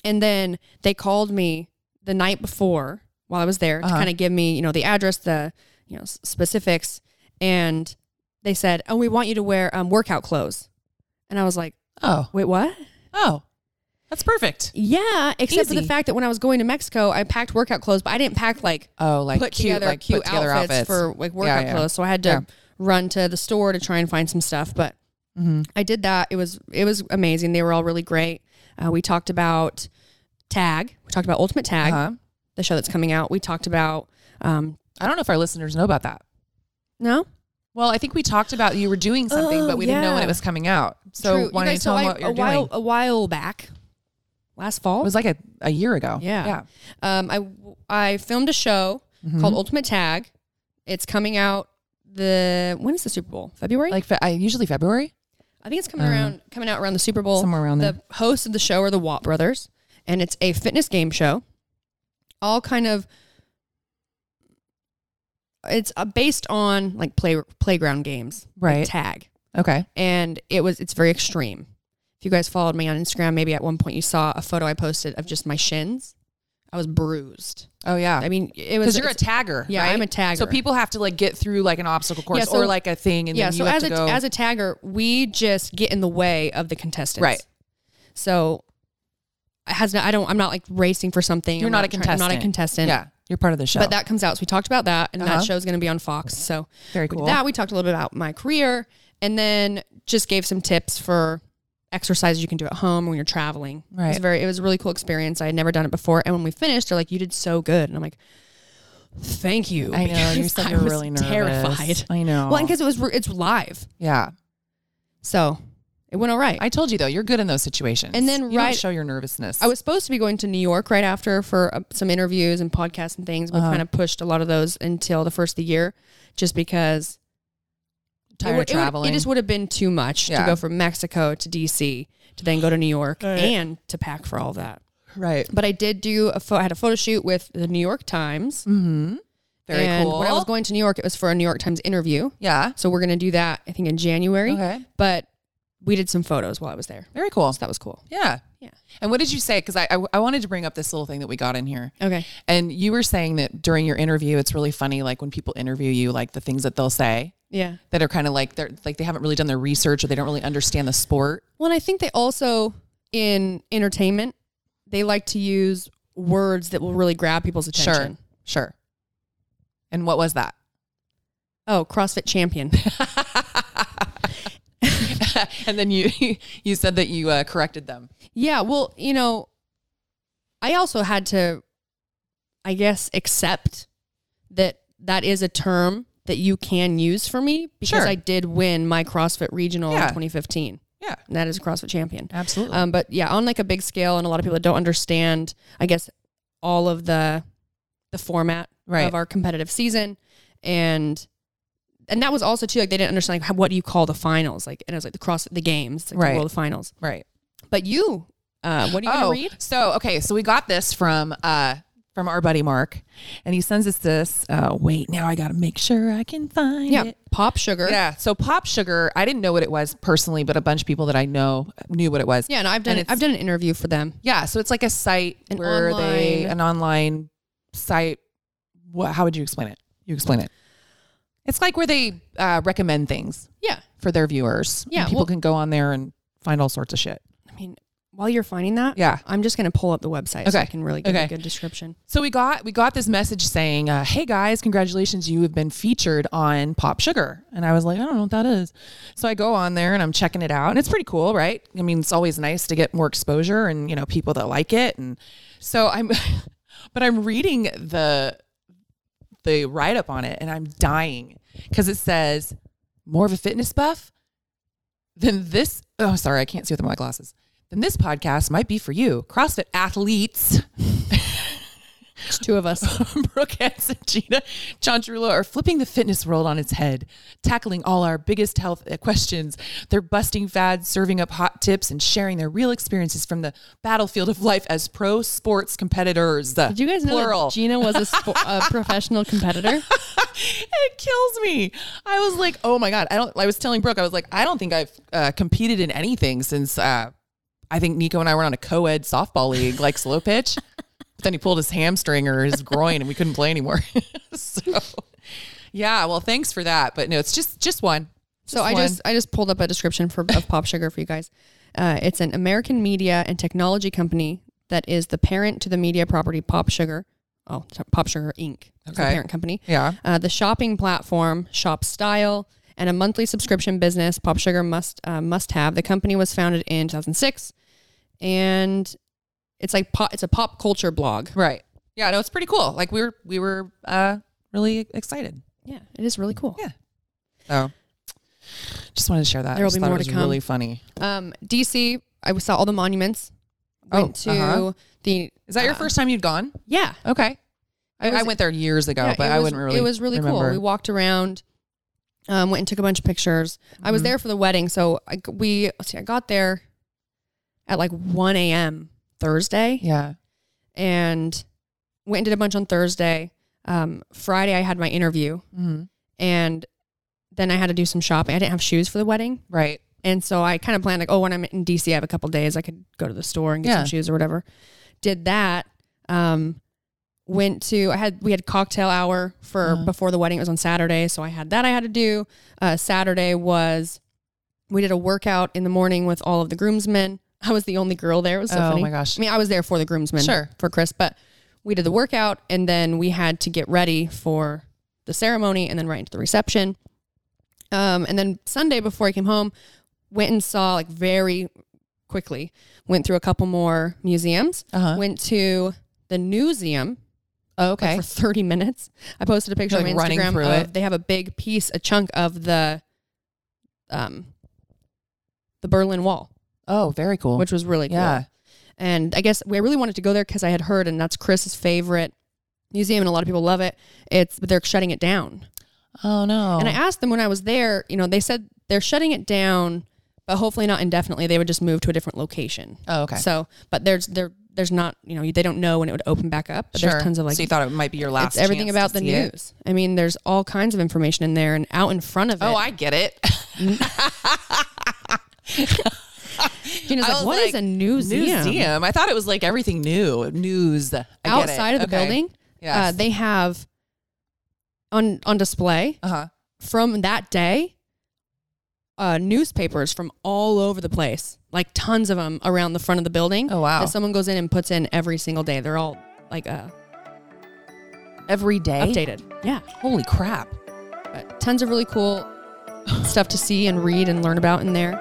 B: And then they called me the night before while I was there to
C: Uh-huh.
B: kind of give me, you know, the address, the, you know, s- specifics and they said, "Oh, we want you to wear um, workout clothes." And I was like,
C: Oh.
B: Wait, what?
C: Oh. That's perfect.
B: Yeah, except for the
C: Easy.
B: fact that when I was going to Mexico, I packed workout clothes, but I didn't pack like
C: Oh, like
B: put
C: cute,
B: together
C: like
B: cute
C: put together
B: outfits,
C: outfits.
B: for like workout
C: Yeah, yeah.
B: clothes. So I had to
C: Yeah.
B: run to the store to try and find some stuff. But
C: Mhm.
B: I did that. It was it was amazing. They were all really great. Uh, we talked about Tag. We talked about Ultimate Tag,
C: Uh-huh.
B: the show that's coming out. We talked about um,
C: I don't know if our listeners know about that.
B: no.
C: Well, I think we talked about you were doing something,
B: Oh,
C: but we didn't know when
B: yeah.
C: it was coming out. So
B: True.
C: why
B: You
C: don't you
B: guys-
C: tell
B: so
C: them
B: I-
C: what you're
B: a while
C: doing?
B: a while back, last fall.
C: It was like a, a year ago.
B: Yeah.
C: Yeah.
B: Um, I I filmed a show
C: Mm-hmm.
B: called Ultimate Tag. It's coming out the when is the Super Bowl? February?
C: Like fe- I, usually February.
B: I think it's coming around coming out around the Super Bowl.
C: Uh, Somewhere around
B: the
C: there.
B: hosts of the show are the Watt brothers, and it's a fitness game show. All kind of it's uh, based on like play playground games, like
C: Right.
B: tag,
C: Okay.
B: and it was it's very extreme. If you guys followed me on Instagram, maybe at one point you saw a photo I posted of just my shins. I was bruised.
C: Oh yeah.
B: I mean, it was
C: because you're a
B: it's-
C: tagger.
B: Yeah,
C: right?
B: I'm a tagger.
C: So people have to like get through like an obstacle course
B: Yeah, so-
C: or like a thing, and
B: yeah,
C: then you
B: so
C: have
B: as
C: to
B: a
C: go.
B: as a tagger, we just get in the way of the contestants.
C: Right.
B: So it has no, I don't I'm not like racing for something.
C: you're
B: I'm
C: not, a
B: trying- I'm
C: contestant.
B: not a contestant.
C: Yeah, you're part of the show.
B: But that comes out. So we talked about that, and
C: Uh-huh.
B: that show's going to be on Fox. So
C: Very
B: we did
C: cool.
B: that we talked a little bit about my career, and then just gave some tips for exercises you can do at home when you're traveling. It was
C: Right.
B: very it was a really cool experience. I had never done it before. And when we finished, they're like, You did so good. And I'm like, Thank you.
C: I know. You
B: because [LAUGHS]
C: said
B: I
C: you're
B: was
C: really nervous.
B: terrified.
C: I know.
B: Well, because it was it's live.
C: yeah,
B: So it went all right.
C: I told you though, you're good in those situations.
B: And then
C: you
B: right-
C: don't show your nervousness.
B: I was supposed to be going to New York right after for uh, some interviews and podcasts and things. We
C: Uh-huh.
B: kind of pushed a lot of those until the first of the year, just because
C: tired
B: it, would-
C: of
B: it would-
C: traveling.
B: It, just would have been too much to
C: Yeah.
B: go from Mexico to DC to then go to New York and to pack for all that.
C: right.
B: But I did do a pho- I had a photo shoot with the New York Times.
C: Mm-hmm. Very
B: and
C: cool.
B: When I was going to New York, it was for a New York Times interview.
C: yeah.
B: So we're gonna do that. I think in January.
C: Okay.
B: But we did some photos while I was there.
C: Very cool.
B: So that was cool.
C: Yeah.
B: Yeah.
C: And what did you say? Because I, I I wanted to bring up this little thing that we got in here.
B: Okay.
C: And you were saying that during your interview, it's really funny, like when people interview you, like the things that they'll say
B: Yeah.
C: that are kind of like they're like they haven't really done their research or they don't really understand the sport.
B: Well, and I think they also in entertainment they like to use words that will really grab people's attention.
C: Sure. Sure. And what was that? [LAUGHS]
B: Oh, CrossFit champion.
C: and then you [LAUGHS] you said that you uh, corrected them.
B: yeah, well, you know, I also had to I guess accept that that is a term that you can use for me because
C: Sure.
B: I did win my CrossFit regional in
C: Yeah.
B: 2015.
C: Yeah.
B: And that is a CrossFit champion.
C: Absolutely.
B: Um, but yeah, on like a big scale, and a lot of people that don't understand, I guess, all of the the format
C: Right.
B: of our competitive season, and and that was also too like they didn't understand like how, what do you call the finals like, and it was like the cross the games, like
C: Right.
B: the world finals.
C: right.
B: But you, uh, what do you
C: oh,
B: gonna read?
C: so okay, so we got this from uh from our buddy Mark, and he sends us this. Uh, wait, now I got to make sure I can find
B: Yeah,
C: it.
B: pop sugar.
C: Yeah. So pop sugar, I didn't know what it was personally, but a bunch of people that I know knew what it was.
B: yeah. And I've done
C: And
B: it.
C: it's-
B: I've done an interview for them.
C: Yeah. So it's like a site
B: An
C: where they
B: online-
C: an online site. What? How would you explain it? You explain it. It's like where they uh, recommend things
B: Yeah,
C: for their viewers. and
B: Yeah,
C: people
B: well-
C: can go on there and find all sorts of shit.
B: I mean, while you're finding that,
C: Yeah.
B: I'm just gonna pull up the website so I
C: Okay.
B: can really give you a
C: Okay.
B: good description.
C: So we got we got this message saying, uh, "Hey guys, congratulations! You have been featured on Pop Sugar." And I was like, "I don't know what that is." So I go on there and I'm checking it out, and it's pretty cool, right? I mean, it's always nice to get more exposure and you know people that like it. And so I'm, [LAUGHS] but I'm reading the the write up on it, and I'm dying because it says more of a fitness buff then this. Oh, sorry, I can't see with my glasses. Then this podcast might be for you, CrossFit athletes.
B: It's two of us.
C: [LAUGHS] Brooke Hansen, Gina Chantrula are flipping the fitness world on its head, tackling all our biggest health uh, questions. They're busting fads, serving up hot tips, and sharing their real experiences from the battlefield of life as pro sports competitors.
B: Did you guys know that Gina was a, spo- [LAUGHS] a professional competitor?
C: it kills me. I was like, oh my god. I don't. I was telling Brooke, I was like, I don't think I've uh, competed in anything since uh, I think Nico and I were on a co-ed softball league, like slow [LAUGHS] pitch. But then he pulled his hamstring or his groin, and we couldn't play anymore. [LAUGHS] so, yeah. Well, thanks for that. But no, it's just just one.
B: So I
C: one.
B: just I just pulled up a description for of Pop Sugar for you guys. Uh, it's an American media and technology company that is the parent to the media property Pop Sugar. Oh, so- Pop Sugar Inc. is the
C: Okay.
B: parent company.
C: Yeah.
B: Uh, the shopping platform Shop Style and a monthly subscription business Pop Sugar must uh, must have. The company was founded in 2006, and it's like pop, it's a pop culture blog.
C: right. Yeah. No, it's pretty cool. Like we were we were uh, really excited.
B: Yeah, it is really cool.
C: Yeah. So, just wanted to share that.
B: There will
C: I just
B: be
C: thought
B: more
C: it
B: to
C: was
B: come.
C: Really funny.
B: Um, DC, I saw all the monuments.
C: Oh,
B: Went to
C: uh-huh.
B: the
C: Is that your
B: uh,
C: first time you'd gone?
B: Yeah.
C: Okay. I,
B: It was-
C: I went there years ago,
B: Yeah,
C: but
B: it
C: I
B: was-
C: wouldn't really.
B: It was really cool.
C: remember.
B: We walked around, um, went and took a bunch of pictures. I
C: Mm-hmm.
B: was there for the wedding, so I, g- we let's see. I got there at like one a.m. Thursday,
C: yeah.
B: and went and did a bunch on Thursday. Um, Friday, I had my interview,
C: Mhm.
B: and then I had to do some shopping. I didn't have shoes for the wedding,
C: Right.
B: and so I kind of planned like, oh, when I'm in DC, I have a couple days. I could go to the store and get
C: Yeah.
B: some shoes or whatever. Did that. Um, went to I had we had cocktail hour for
C: Uh-huh.
B: before the wedding. It was on Saturday, so I had that I had to do. Uh, Saturday was we did a workout in the morning with all of the groomsmen. I was the only girl there. It was so
C: Oh
B: funny.
C: my gosh.
B: I mean, I was there for the groomsmen,
C: Sure.
B: for Chris, but we did the workout and then we had to get ready for the ceremony and then right into the reception. Um, and then Sunday before I came home, went and saw like very quickly, went through a couple more museums,
C: Uh-huh. Oh,
B: went to the museum
C: Okay.
B: for 30 minutes. I posted a picture
C: Like
B: on my
C: running
B: Instagram
C: through
B: of
C: it.
B: they have a big piece, a chunk of the um the Berlin Wall,
C: oh, very cool.
B: which was really cool.
C: yeah.
B: And I guess we really wanted to go there because I had heard, and that's Chris's favorite museum, and a lot of people love it. It's but they're shutting it down.
C: Oh no.
B: And I asked them when I was there, you know, they said they're shutting it down, but hopefully not indefinitely. They would just move to a different location.
C: Oh, okay.
B: So, but there's there there's not, you know, they don't know when it would open back up. But
C: sure.
B: there's tons of like
C: so you thought it might be your last.
B: it's everything
C: chance
B: about
C: to
B: the
C: see it?
B: news. I mean, there's all kinds of information in there and out in front of it.
C: Oh, I get
B: [LAUGHS]
C: it.
B: Gina's
C: I
B: like,
C: was
B: what is
C: like,
B: a museum?
C: Museum. I thought it was like everything new. News. I get it.
B: Outside of the
C: Okay.
B: building, uh,
C: Yes.
B: they have on on display
C: Uh-huh.
B: from that day uh, newspapers from all over the place, like tons of them around the front of the building.
C: Oh, wow.
B: That someone goes in and puts in every single day. They're all like uh,
C: Every day.
B: updated. Yeah,
C: Holy crap.
B: but tons of really cool stuff to see and read and learn about in there.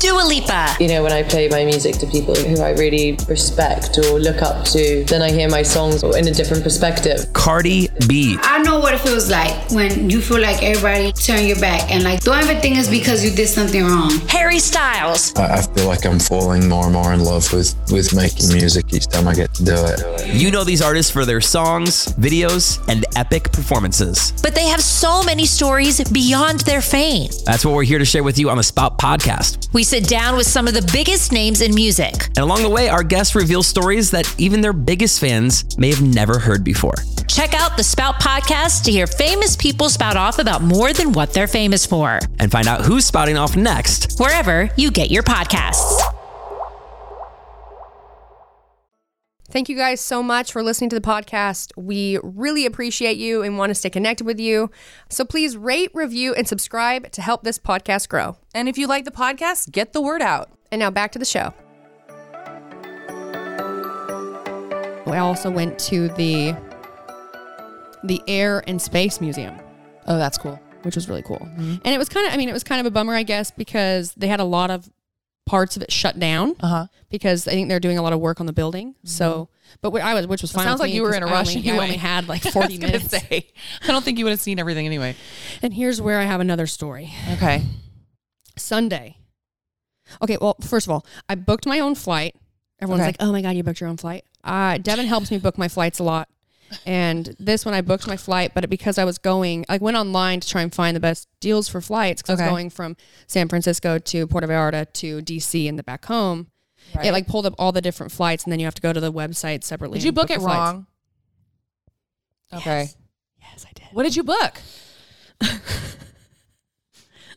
E: Dua Lipa.
F: You know, when I play my music to people who I really respect or look up to, then I hear my songs in a different perspective.
G: Cardi B.
H: I know what it feels like when you feel like everybody turn your back and like don't ever think it's because you did something wrong.
E: Harry Styles.
I: I, I feel like I'm falling more and more in love with, with making music each time I get to do it.
J: You know these artists for their songs, videos, and epic performances.
E: But they have so many stories beyond their fame.
J: That's what we're here to share with you on the Spout podcast.
E: We sit down with some of the biggest names in music.
J: And along the way, our guests reveal stories that even their biggest fans may have never heard before.
E: Check out the Spout podcast to hear famous people spout off about more than what they're famous for,
J: And find out who's spouting off next.
E: wherever you get your podcasts.
B: Thank you guys so much for listening to the podcast. We really appreciate you and want to stay connected with you. So please rate, review, and subscribe to help this podcast grow.
C: And if you like the podcast, get the word out.
B: And now back to the show. I also went to the the Air and Space Museum,
C: Oh, that's cool.
B: which was really cool.
C: Mm-hmm.
B: And it was kind of I mean, it was kind of a bummer, I guess, because they had a lot of parts of it shut down
C: Uh huh.
B: because I think they're doing a lot of work on the building. So, but what I was, which was fine.
C: Mm-hmm. Sounds
B: with
C: like
B: me
C: you were
B: 'cause
C: in a
B: I
C: rush.
B: only-
C: anyway.
B: I only had like
C: [LAUGHS] I was
B: 40
C: gonna
B: minutes.
C: say, [LAUGHS] I don't think you would have seen everything anyway.
B: And here's where I have another story.
C: Okay.
B: Sunday. Okay, well, first of all, I booked my own flight. Everyone's
C: Okay.
B: like, "Oh my god, you booked your own flight." Uh, Devin helps me book my flights a lot, and this one I booked my flight, but because I was going, I went online to try and find the best deals for flights because I was
C: Okay.
B: going from San Francisco to Puerto Vallarta to DC and the back home. It like pulled up all the different flights, and then you have to go to the website separately.
C: Did you
B: and
C: book it
B: the flights.
C: wrong? Okay.
B: Yes, I did.
C: What did you book?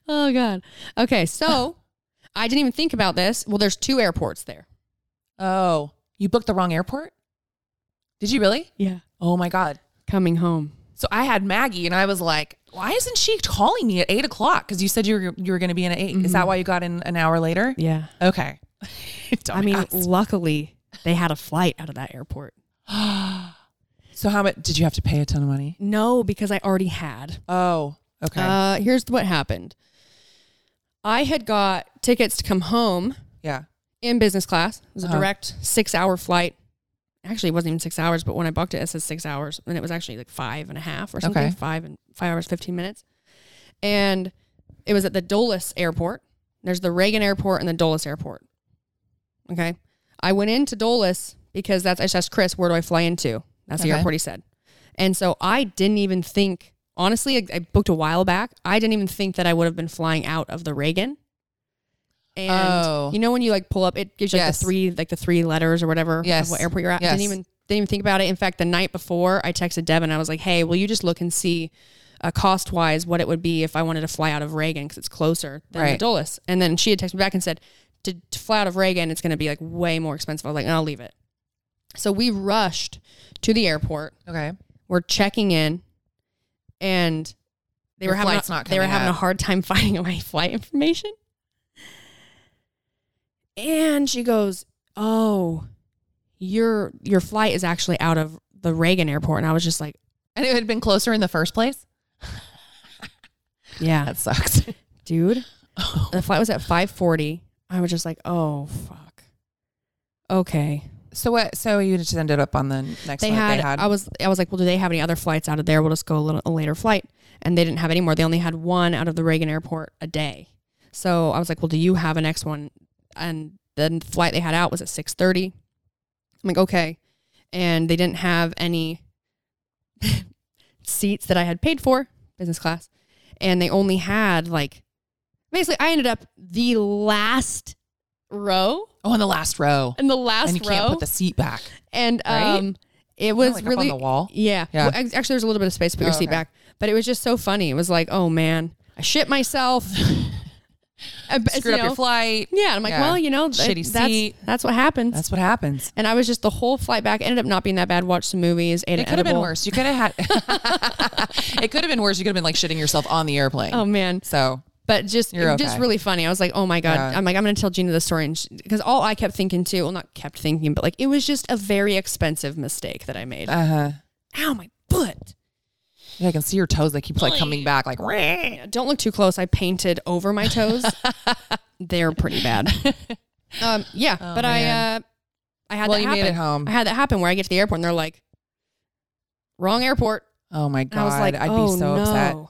B: Oh god. Okay, so
C: [LAUGHS]
B: I didn't even think about this. Well, there's two airports there.
C: Oh, you booked the wrong airport? Did you really?
B: Yeah,
C: Oh my God.
B: coming home.
C: So I had Maggie and I was like, why isn't she calling me at eight o'clock? Because you said you were, you were going to be in at 8 Is that why you got in an hour later?
B: Mm-hmm. Yeah.
C: Okay. [LAUGHS]
B: I mean,
C: Dumbass.
B: luckily they had a flight out of that airport.
C: so how much did you have to pay a ton of money?
B: No, because I already had.
C: Oh, okay.
B: Uh, here's what happened. I had got tickets to come home
C: yeah.
B: in business class. It was a
C: Uh-huh.
B: direct six hour flight actually it wasn't even six hours, but when I booked it, it says six hours, and it was actually like five and a half or something,
C: Okay.
B: five and five hours fifteen minutes, and it was at the Dulles Airport. There's the Reagan Airport and the Dulles Airport. Okay, I went into Dulles because that's I just asked Chris where do I fly into. That's the
C: Okay.
B: airport he said, and so I didn't even think. Honestly, I, I booked a while back. I didn't even think that I would have been flying out of the Reagan. And
C: Oh.
B: you know when you like pull up, it gives you like
C: Yes.
B: the three like the three letters or whatever
C: Yes.
B: of what airport you're at. Didn't
C: Yes.
B: even didn't even think about it. In fact, the night before, I texted Devin. I was like, "Hey, will you just look and see, uh, cost wise, what it would be if I wanted to fly out of Reagan because it's closer than
C: Right.
B: right. Dulles?" And then she had texted me back and said, to, "To fly out of Reagan, it's going to be like way more expensive." I was like, "I'll leave it." So we rushed to the airport.
C: Okay.
B: We're checking in, and they
C: Your
B: were having
C: flight's
B: a,
C: not
B: they were
C: coming
B: having a
C: up.
B: hard time [LAUGHS] finding my flight information. And she goes, "Oh, your your flight is actually out of the Reagan airport." And I was just like,
C: And it had been closer in the first place.
B: "Yeah,
C: That sucks. [LAUGHS]
B: dude." The flight was at 5:40. I was just like, "Oh, fuck." Okay.
C: So what? So you just ended up on the next
B: they
C: one that
B: had, I was I was like, well, do they have any other flights out of there? We'll just go a little a later flight. And they didn't have any more. They only had one out of the Reagan Airport a day. So I was like, well, do you have a next one? And the flight they had out was at six thirty. I'm like, okay. And they didn't have any [LAUGHS] seats that I had paid for business class, and they only had like basically I ended up the last row
C: Oh, in the last row.
B: in the last
C: and you
B: row
C: can't put the seat back.
B: and
C: Right?
B: um, it was
C: like up on
B: really
C: the wall?
B: Yeah,
C: Yeah.
B: Well, ac- actually, there's a little bit of space to put your
C: Oh,
B: seat
C: okay.
B: back, but it was just so funny. It was like, oh man, I shit myself.
C: [LAUGHS]
B: I b-
C: Screwed
B: you
C: up your
B: know,
C: flight.
B: Yeah, and I'm like,
C: Yeah.
B: well, you know, th-
C: shitty
B: that's,
C: seat.
B: That's what happens.
C: That's what happens.
B: and I was just the whole flight back. Ended up not being that bad. Watched some movies. Ate
C: It
B: an
C: could have been
B: edible.
C: worse. You could have had. [LAUGHS] it could have been worse. You could have been like shitting yourself on the airplane.
B: Oh man.
C: So
B: But just,
C: You're
B: just
C: okay.
B: really funny. I was like, oh my god.
C: Yeah.
B: I'm like, I'm gonna tell Gina the story, because all I kept thinking too, well, not kept thinking, but like it was just a very expensive mistake that I made.
C: uh huh.
B: Ow, my butt.
C: Yeah, I can see your toes. They keep like coming back. Like
B: Yeah, don't look too close. I painted over my
C: [LAUGHS]
B: toes. They're pretty bad. Um, yeah,
C: Oh,
B: but I
C: man.
B: uh, I had
C: Well,
B: that
C: you
B: happen.
C: made it home.
B: I had that happen where I get to the airport and they're like, "Wrong airport."
C: oh my god.
B: And I was like,
C: I'd
B: "Oh,
C: be so upset.
B: no."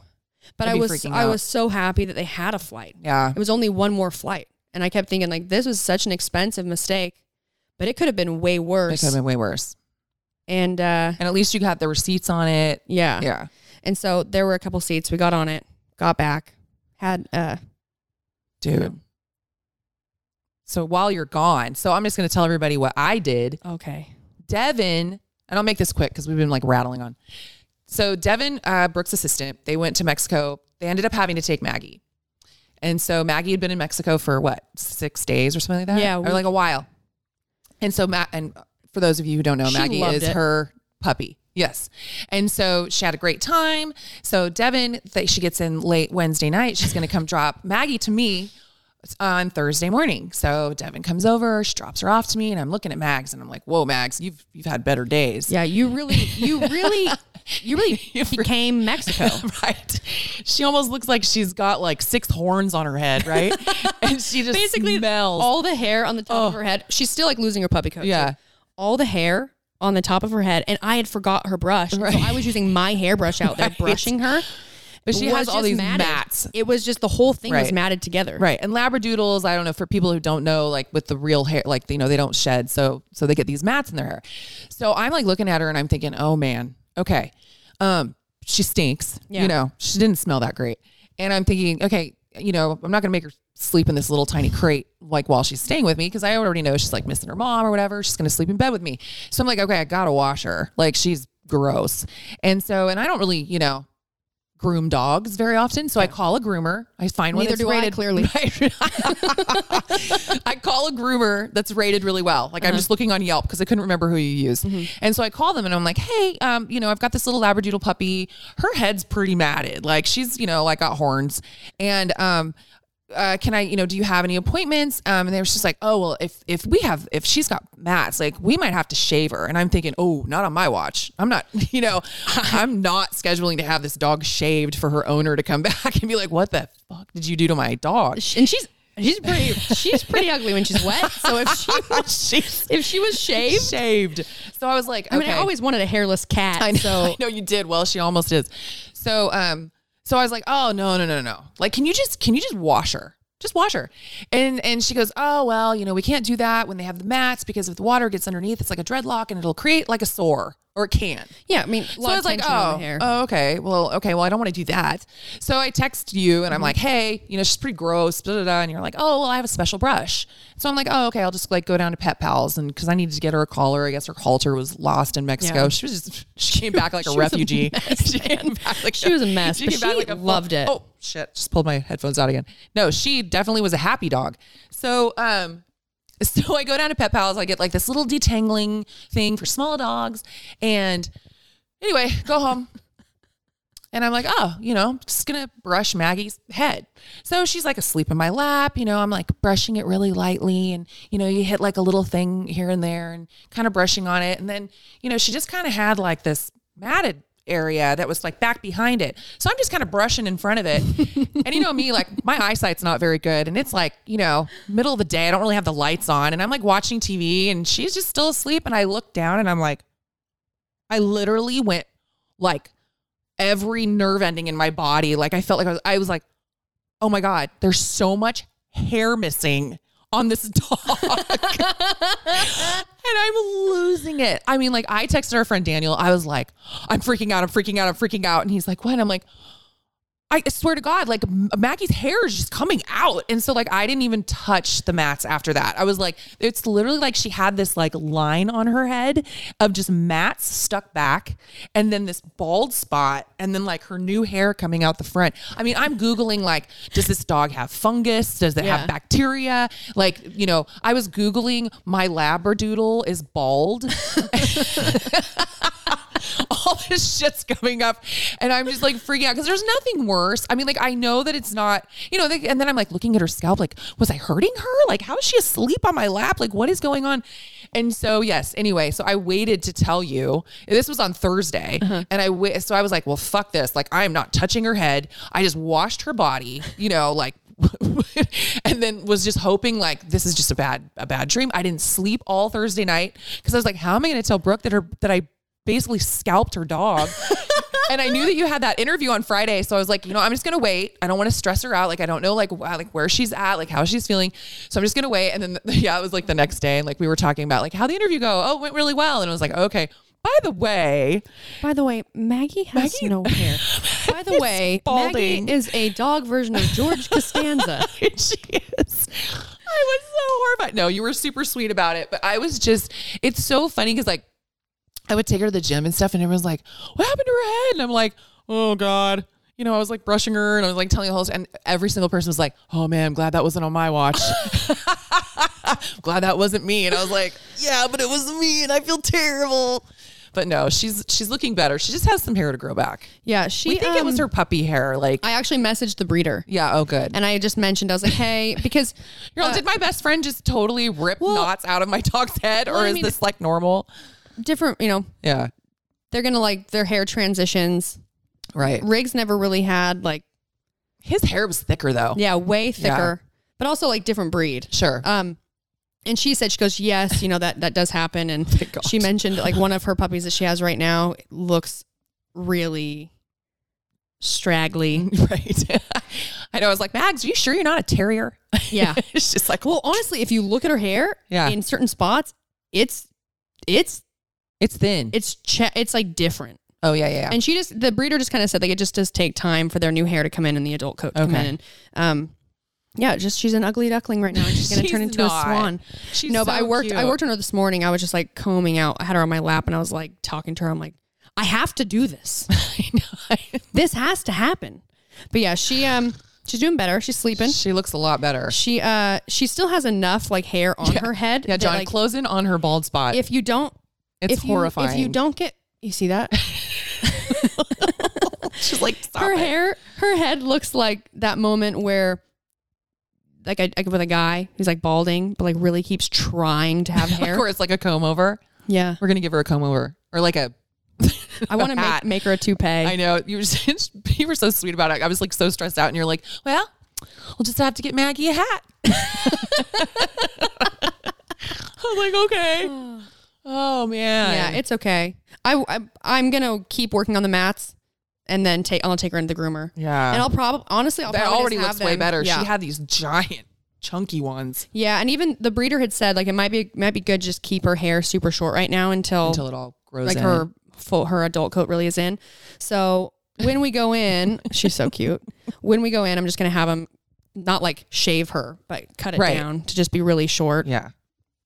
B: But
C: I'd
B: I
C: be
B: was
C: freaking
B: I
C: out.
B: was so happy that they had a flight.
C: Yeah.
B: It was only one more flight, and I kept thinking like, "This was such an expensive mistake, but it could have been way
C: It could
B: worse."
C: have been way worse.
B: and uh,
C: And at least you got the receipts on it.
B: yeah,
C: Yeah.
B: And so there were a couple seats. We got on it, got back, had uh,
C: Dude. So while you're gone, so I'm just going to tell everybody what I did.
B: okay.
C: Devin, and I'll make this quick because we've been like rattling on. So Devin, uh, Brooks' assistant, they went to Mexico. They ended up having to take Maggie. And so Maggie had been in Mexico for what, six days or something like that?
B: Yeah,
C: Or
B: we-
C: like a while. And so, Ma- and for those of you who don't know,
B: She
C: Maggie
B: loved
C: is
B: it.
C: her puppy. Yes. And so she had a great time. So Devin, that she gets in late Wednesday night. She's going to come drop Maggie to me on Thursday morning. So Devin comes over, she drops her off to me, and I'm looking at Mags and I'm like, "Whoa, Mags, you've you've had better days."
B: Yeah, you really, you really, you really became Mexico.
C: [LAUGHS] right. She almost looks like she's got like six horns on her head,
B: [LAUGHS]
C: right? and [LAUGHS] she just
B: Basically,
C: smells. Oh.
B: all the hair on the top of her head. She's still like losing her puppy coat. too.
C: Yeah.
B: all the hair on the top of her head, and I had forgot her brush, and so I was using my hairbrush out there
C: [LAUGHS] Right.
B: brushing her.
C: But she
B: It was
C: has all
B: just
C: these
B: matted.
C: mats.
B: It was just the whole thing was
C: Right.
B: matted together.
C: Right. And labradoodles, I don't know for people who don't know like with the real hair like you know they don't shed, so so they get these mats in their hair. So I'm like looking at her and I'm thinking, "Oh man. Okay. Um she stinks.
B: Yeah.
C: You know, she didn't smell that great." And I'm thinking, "Okay, you know, I'm not going to make her sleep in this little tiny crate like while she's staying with me because I already know she's like missing her mom or whatever. She's going to sleep in bed with me." So I'm like, "Okay, I got to wash her. Like she's gross." And so and I don't really, you know, groom dogs very often. So I call a groomer. I find one
B: Neither
C: that's
B: do I,
C: rated
B: clearly.
C: Right. I call a groomer that's rated really well. Like I'm just looking on Yelp because I couldn't remember who you used. And so I call them and I'm like, hey, um, you know, I've got this little labradoodle puppy. Her head's pretty matted. Like she's, you know, like got horns. And um uh, can I, you know, do you have any appointments? Um, and they were just like, oh, well, if if we have, if she's got mats, like we might have to shave her. And I'm thinking, oh, not on my watch. I'm not, [LAUGHS] you know, I'm not scheduling to have [LAUGHS] this dog shaved for her owner to come back and be like, what the fuck did you do to my dog?
B: And she's She's pretty. She's
C: [LAUGHS]
B: pretty ugly when she's wet. So if she was, if she was shaved,
C: shaved.
B: So I was like, I mean, I
C: Okay.
B: always wanted a hairless cat.
C: I know,
B: So
C: [LAUGHS] I know you did. Well, she almost is. So, um, so I was like, oh no, no, no, no. Like, can you just can you just wash her? Just wash her. And and she goes, oh well, you know, we can't do that when they have the mats because if the water gets underneath, it's like a dreadlock and it'll create like a sore or it can.
B: yeah, I mean, a
C: So
B: lot
C: I
B: of
C: was like,
B: tension on the
C: oh,
B: hair.
C: oh, okay. Well, okay. Well, I don't want to do that. So I text you and
B: Mm-hmm.
C: I'm like, hey, you know, she's pretty gross. Blah, blah, blah. And you're like, oh, well, I have a special brush. So I'm like, oh, okay. I'll just like go down to Pet Pals and because I needed to get her a collar. I guess her halter was lost in Mexico.
B: Yeah.
C: She was just, [LAUGHS] she came back like
B: She
C: a
B: was a
C: refugee.
B: mess,
C: [LAUGHS]
B: [LAUGHS]
C: she came back like
B: She was a mess, but
C: came back
B: she
C: like a full-
B: loved it.
C: Oh shit! Just pulled my headphones out again. No, she definitely was a happy dog. So um, [LAUGHS] so I go down to Pet Pals. I get like this little detangling thing for small dogs, and anyway, go home. And I'm like, oh, you know, just gonna brush Maggie's head. So she's like asleep in my lap. You know, I'm like brushing it really lightly. And, you know, you hit like a little thing here and there and kind of brushing on it. And then, you know, she just kind of had like this matted area that was like back behind it. So I'm just kind of brushing in front of it. and you know me, like my eyesight's not very good. And it's like, you know, middle of the day. I don't really have the lights on. And I'm like watching TV and she's just still asleep. And I look down and I'm like, I literally went like every nerve ending in my body. Like I felt like I was, I was like, oh my God, there's so much hair missing on this [LAUGHS] dog. and I'm losing it. I mean, like I texted our friend Daniel. I was like, I'm freaking out. I'm freaking out. I'm freaking out. And he's like, what? I'm like, I swear to God, like M- Maggie's hair is just coming out. And so like I didn't even touch the mats after that. I was like, it's literally like she had this like line on her head of just mats stuck back and then this bald spot and then like her new hair coming out the front. I mean, I'm Googling like, does this dog have fungus? Does it
B: Yeah.
C: have bacteria? Like, you know, I was Googling my labradoodle is bald. [LAUGHS] all this shit's coming up and i'm just like freaking out because there's nothing worse i mean like i know that it's not you know like, and then i'm like looking at her scalp like was i hurting her like how is she asleep on my lap like what is going on and so yes anyway so i waited to tell you this was on thursday and i wait so i was like well fuck this like i am not touching her head i just washed her body you know like [LAUGHS] and then was just hoping like this is just a bad a bad dream. I didn't sleep all Thursday night because I was like, how am I going to tell Brooke that her that I basically scalped her dog? and I knew that you had that interview on Friday, so I was like, you know, I'm just going to wait. I don't want to stress her out. Like I don't know like wh- like where she's at, like how she's feeling. So I'm just going to wait. And then [LAUGHS] yeah, it was like the next day, and like we were talking about like how the interview go. Oh, it went really well, and I was like, okay. By the way,
B: By the way, Maggie has no [LAUGHS] hair. By the way,
C: balding.
B: Maggie is a dog version of [LAUGHS] George Costanza.
C: [LAUGHS] she is. I was so horrified. No, you were super sweet about it, but I was just, it's so funny because like I would take her to the gym and stuff, and everyone's like, what happened to her head? And I'm like, oh God. You know, I was like brushing her and I was like telling the whole, and every single person was like, oh man, I'm glad that wasn't on my watch. [LAUGHS] I'm glad that wasn't me. And I was like, yeah, but it was me and I feel terrible. But no, she's she's looking better. She just has some hair to grow back.
B: Yeah, she.
C: we think it
B: um,
C: was her puppy hair. Like,
B: I actually messaged the breeder.
C: yeah, oh good.
B: And I just mentioned, I was like, hey, [LAUGHS] because uh,
C: You're all, did my best friend just totally rip knots out of my [LAUGHS] dog's head,
B: well,
C: or
B: I
C: is
B: mean-
C: this like normal?
B: different, you know,
C: Yeah,
B: they're going to like their hair transitions.
C: right.
B: Riggs never really had like,
C: His hair was thicker though.
B: yeah, way thicker, but also like different breed.
C: sure.
B: Um, and she said, she goes, yes, you know, that, that does happen. [LAUGHS] And she mentioned like one of her puppies that she has right now looks really straggly.
C: [LAUGHS] right. [LAUGHS] I know. I was like, Mags, are you sure you're not a terrier? [LAUGHS]
B: Yeah.
C: it's just like,
B: Well, honestly, if you look at her hair
C: Yeah.
B: in certain spots, it's, it's,
C: it's thin.
B: it's, che- it's like different.
C: oh yeah, yeah. yeah.
B: And she just the breeder just kind of said like it just does take time for their new hair to come in and the adult coat to come
C: Okay.
B: in. And, um, yeah, just she's an ugly duckling right now. And
C: [LAUGHS]
B: she's gonna
C: She's
B: turn into
C: not.
B: a swan.
C: She's
B: no, but I
C: so
B: worked I
C: cute.
B: worked on her this morning. I was just like combing out. I had her on my lap and I was like talking to her. I'm like, I have to do this.
C: [LAUGHS] I know.
B: this has to happen. But yeah, she um she's doing better. She's sleeping.
C: she looks a lot better.
B: She uh she still has enough like hair on her head.
C: Yeah,
B: that,
C: John,
B: like,
C: close in on her bald spot.
B: if you don't
C: it's
B: if you-
C: horrifying.
B: if you don't get you see that?
C: [LAUGHS] she's like, stop
B: her
C: it.
B: hair, her head looks like that moment where, like, I, I with a guy who's like balding, but like really keeps trying to have hair.
C: [LAUGHS] Of course, like a comb over.
B: Yeah,
C: [LAUGHS] We're gonna give her a comb over, or like a.
B: I want to
C: hat.
B: make, make her a toupee.
C: [LAUGHS] I know you were you were so sweet about it. I was like so stressed out, and you're like, "Well, We'll just have to get Maggie a hat. [LAUGHS] I was like, okay. Oh man.
B: Yeah, it's okay. I, I am gonna keep working on the mats, and then take I'll take her into the groomer.
C: Yeah.
B: and I'll probably honestly I'll
C: that
B: probably
C: already
B: just have
C: looks way
B: them-
C: better.
B: Yeah.
C: She had these giant, chunky ones.
B: yeah, and even the breeder had said like it might be might be good to just keep her hair super short right now until
C: Until it all grows
B: like
C: in.
B: her full her adult coat really is in. So when we go in, [LAUGHS] she's so cute. When we go in, I'm just gonna have them not like shave her, but cut it
C: Right.
B: down to just be really short.
C: Yeah.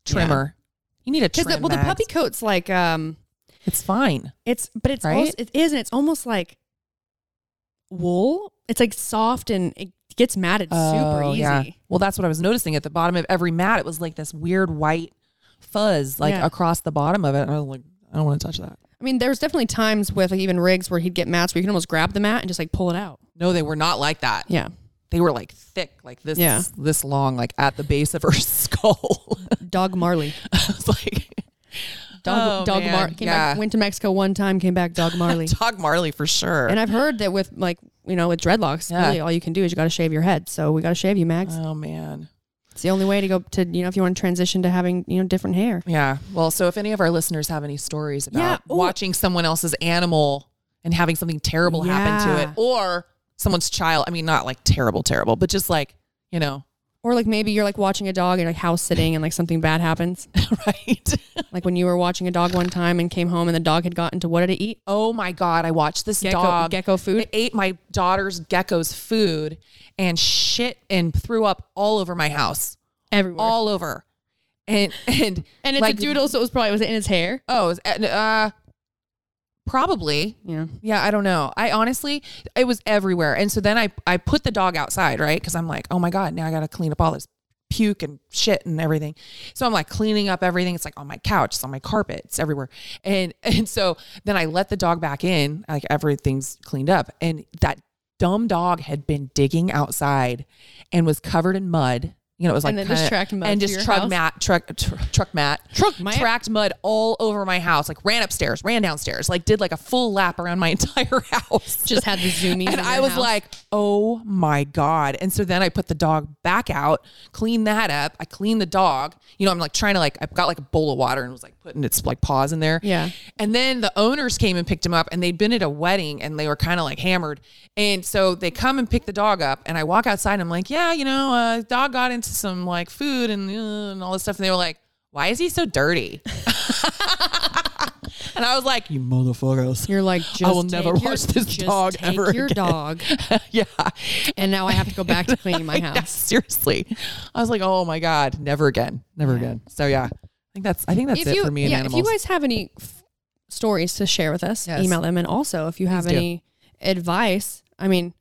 C: Trimmer. You need a
B: Because
C: trim.
B: well, the
C: Mads.
B: puppy coat's like um,
C: It's fine.
B: it's but it's
C: Right?
B: also, it is and it's almost like wool. It's like soft and it gets matted super
C: Oh,
B: easy.
C: yeah. Well, that's what I was noticing at the bottom of every mat. It was like this weird white fuzz, like
B: Yeah.
C: across the bottom of it. And I was like, I don't want to touch that.
B: I mean, there's definitely times with like even rigs where he'd get mats where you can almost grab the mat and just like pull it out.
C: No, they were not like that.
B: Yeah.
C: They were like thick, like this,
B: Yeah.
C: this long, like at the base of her [LAUGHS] skull. [LAUGHS]
B: Dog Marley.
C: I was like,
B: Dog,
C: Oh,
B: dog
C: man.
B: Mar- came
C: Yeah.
B: back, went to Mexico one time, came back
C: [LAUGHS]
B: dog Marley.
C: Dog Marley for sure.
B: and I've heard that with like you know with dreadlocks,
C: Yeah.
B: really all you can do is you got to shave your head. So we got to shave you, Max.
C: oh man.
B: it's the only way to go to you know if you want to transition to having you know different hair.
C: Yeah. Well, so if any of our listeners have any stories about
B: Yeah, ooh.
C: watching someone else's animal and having something terrible happen to it,
B: Yeah.
C: or someone's child, I mean, not like terrible, terrible, but just like, you know, [LAUGHS]
B: Or like maybe you're like watching a dog and like house sitting and like something bad
C: [LAUGHS]
B: happens.
C: right?
B: like when you were watching a dog one time and came home and the dog had gotten to what did it eat?
C: Oh my God, I watched this
B: Gecko-
C: dog.
B: gecko food?
C: It ate my daughter's gecko's food and shit and threw up all over my house,
B: Everywhere.
C: all over. And, [LAUGHS] and,
B: and it's
C: like,
B: a doodle, so it was probably was it in his hair?
C: Oh, it was, uh, probably.
B: Yeah.
C: Yeah, I don't know. I honestly, it was everywhere. And so then I, I put the dog outside, right? Because I'm like, oh my God, now I got to clean up all this puke and shit and everything. So I'm like cleaning up everything. It's like on my couch, it's on my carpet, it's everywhere. And [LAUGHS] and so then I let the dog back in, like everything's cleaned up. And that dumb dog had been digging outside and was covered in mud. You know, it was like
B: And then just
C: kinda-
B: tracked mud
C: and
B: to
C: just
B: your
C: truck
B: house?
C: mat, truck, tr- truck mat,
B: Truck mat?
C: tracked mud all over my house. Like ran upstairs, ran downstairs, like did like a full lap around my [LAUGHS] entire house.
B: Just had the zoomies in
C: and
B: your
C: I was
B: house?
C: like, oh my god. And so then I put the dog back out, cleaned that up. I cleaned the dog. You know, I'm like trying to like I got like a bowl of water and was like putting its like paws in there.
B: Yeah.
C: And then the owners came and picked him up, and they'd been at a wedding and they were kind of like hammered. And so they come and pick the dog up, and I walk outside and I'm like, yeah, you know, uh, dog got into some like food and, uh, and all this stuff. And they were like, why is he so dirty? [LAUGHS] and I was like, you motherfuckers.
B: You're like, just
C: I will never
B: take your-
C: watch this
B: just
C: dog
B: take
C: ever
B: your
C: again.
B: dog,
C: [LAUGHS] yeah.
B: and now I have to go
C: [LAUGHS]
B: back to cleaning my
C: Yeah,
B: house.
C: seriously. I was like, oh my God, never again. Never again. So yeah. I think that's I think that's
B: if
C: it
B: you,
C: for me and
B: yeah,
C: animals.
B: if you guys have any f- stories to share with us,
C: Yes.
B: email them, and also if you have
C: do.
B: any advice, I mean,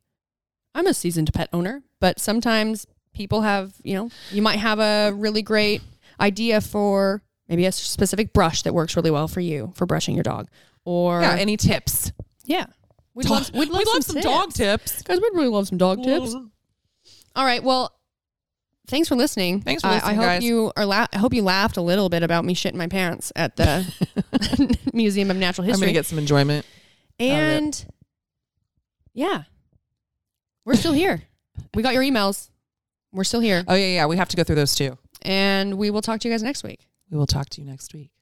B: I'm a seasoned pet owner, but sometimes people have, you know, you might have a really great idea for maybe a specific brush that works really well for you for brushing your dog, or
C: yeah, any tips?
B: yeah. We'd
C: Dog-
B: love, we'd love some,
C: dog
B: tips.
C: tips.
B: Guys, we'd really love some dog tips. All right. Well, thanks for listening.
C: Thanks for
B: I- I,
C: listening,
B: hope
C: guys.
B: you are. La- I hope you laughed a little bit about me shitting my pants at the
C: [LAUGHS]
B: [LAUGHS] Museum of Natural
C: I'm
B: History.
C: gonna get some enjoyment.
B: and yeah, we're still here. we got your emails. We're still here,
C: Oh yeah, yeah. We have to go through those too.
B: and we will talk to you guys next week.
C: We will talk to you next week.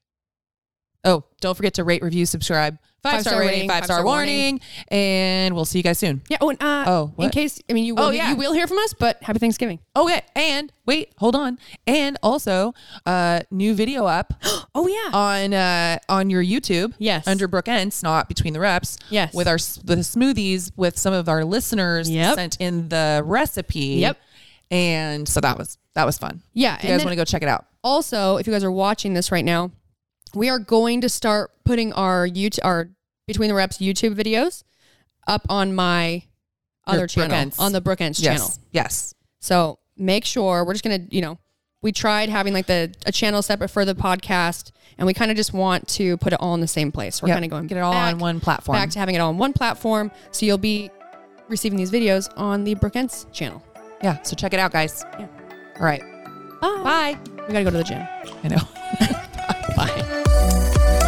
C: Oh, don't forget to rate, review, subscribe, five,
B: Five-star
C: star, rating,
B: rating,
C: five, star
B: five-star warning.
C: warning, and we'll see you guys soon.
B: Yeah. Oh, and uh,
C: Oh,
B: in
C: what?
B: case I mean you will
C: Oh, yeah.
B: you will hear from us, but happy Thanksgiving.
C: Okay, Oh, and wait, hold on, and also, uh, new video up
B: Oh yeah.
C: on uh on your YouTube.
B: Yes.
C: under Brooke Ents, not between the reps.
B: Yes.
C: with our s- with the smoothies with some of our listeners
B: Yep.
C: sent in the recipe.
B: Yep.
C: and so that was that was fun.
B: Yeah,
C: if
B: and
C: you guys
B: then-
C: want to go check it out.
B: also, if you guys are watching this right now, we are going to start putting our YouTube, our Between the Reps YouTube videos up on my other
C: Your
B: channel,
C: Brookends.
B: on the Brookends
C: yes,
B: channel.
C: yes.
B: So make sure we're just gonna, you know, we tried having like the a channel separate for the podcast, and we kind of just want to put it all in the same place. We're
C: Yep.
B: kind of going
C: Get it all
B: back-
C: on one platform.
B: back to having it all on one platform. So you'll be receiving these videos on the Brookends channel.
C: Yeah. So check it out, guys.
B: Yeah.
C: All right.
B: Bye. Bye. We gotta go to the gym.
C: I know. [LAUGHS] Bye.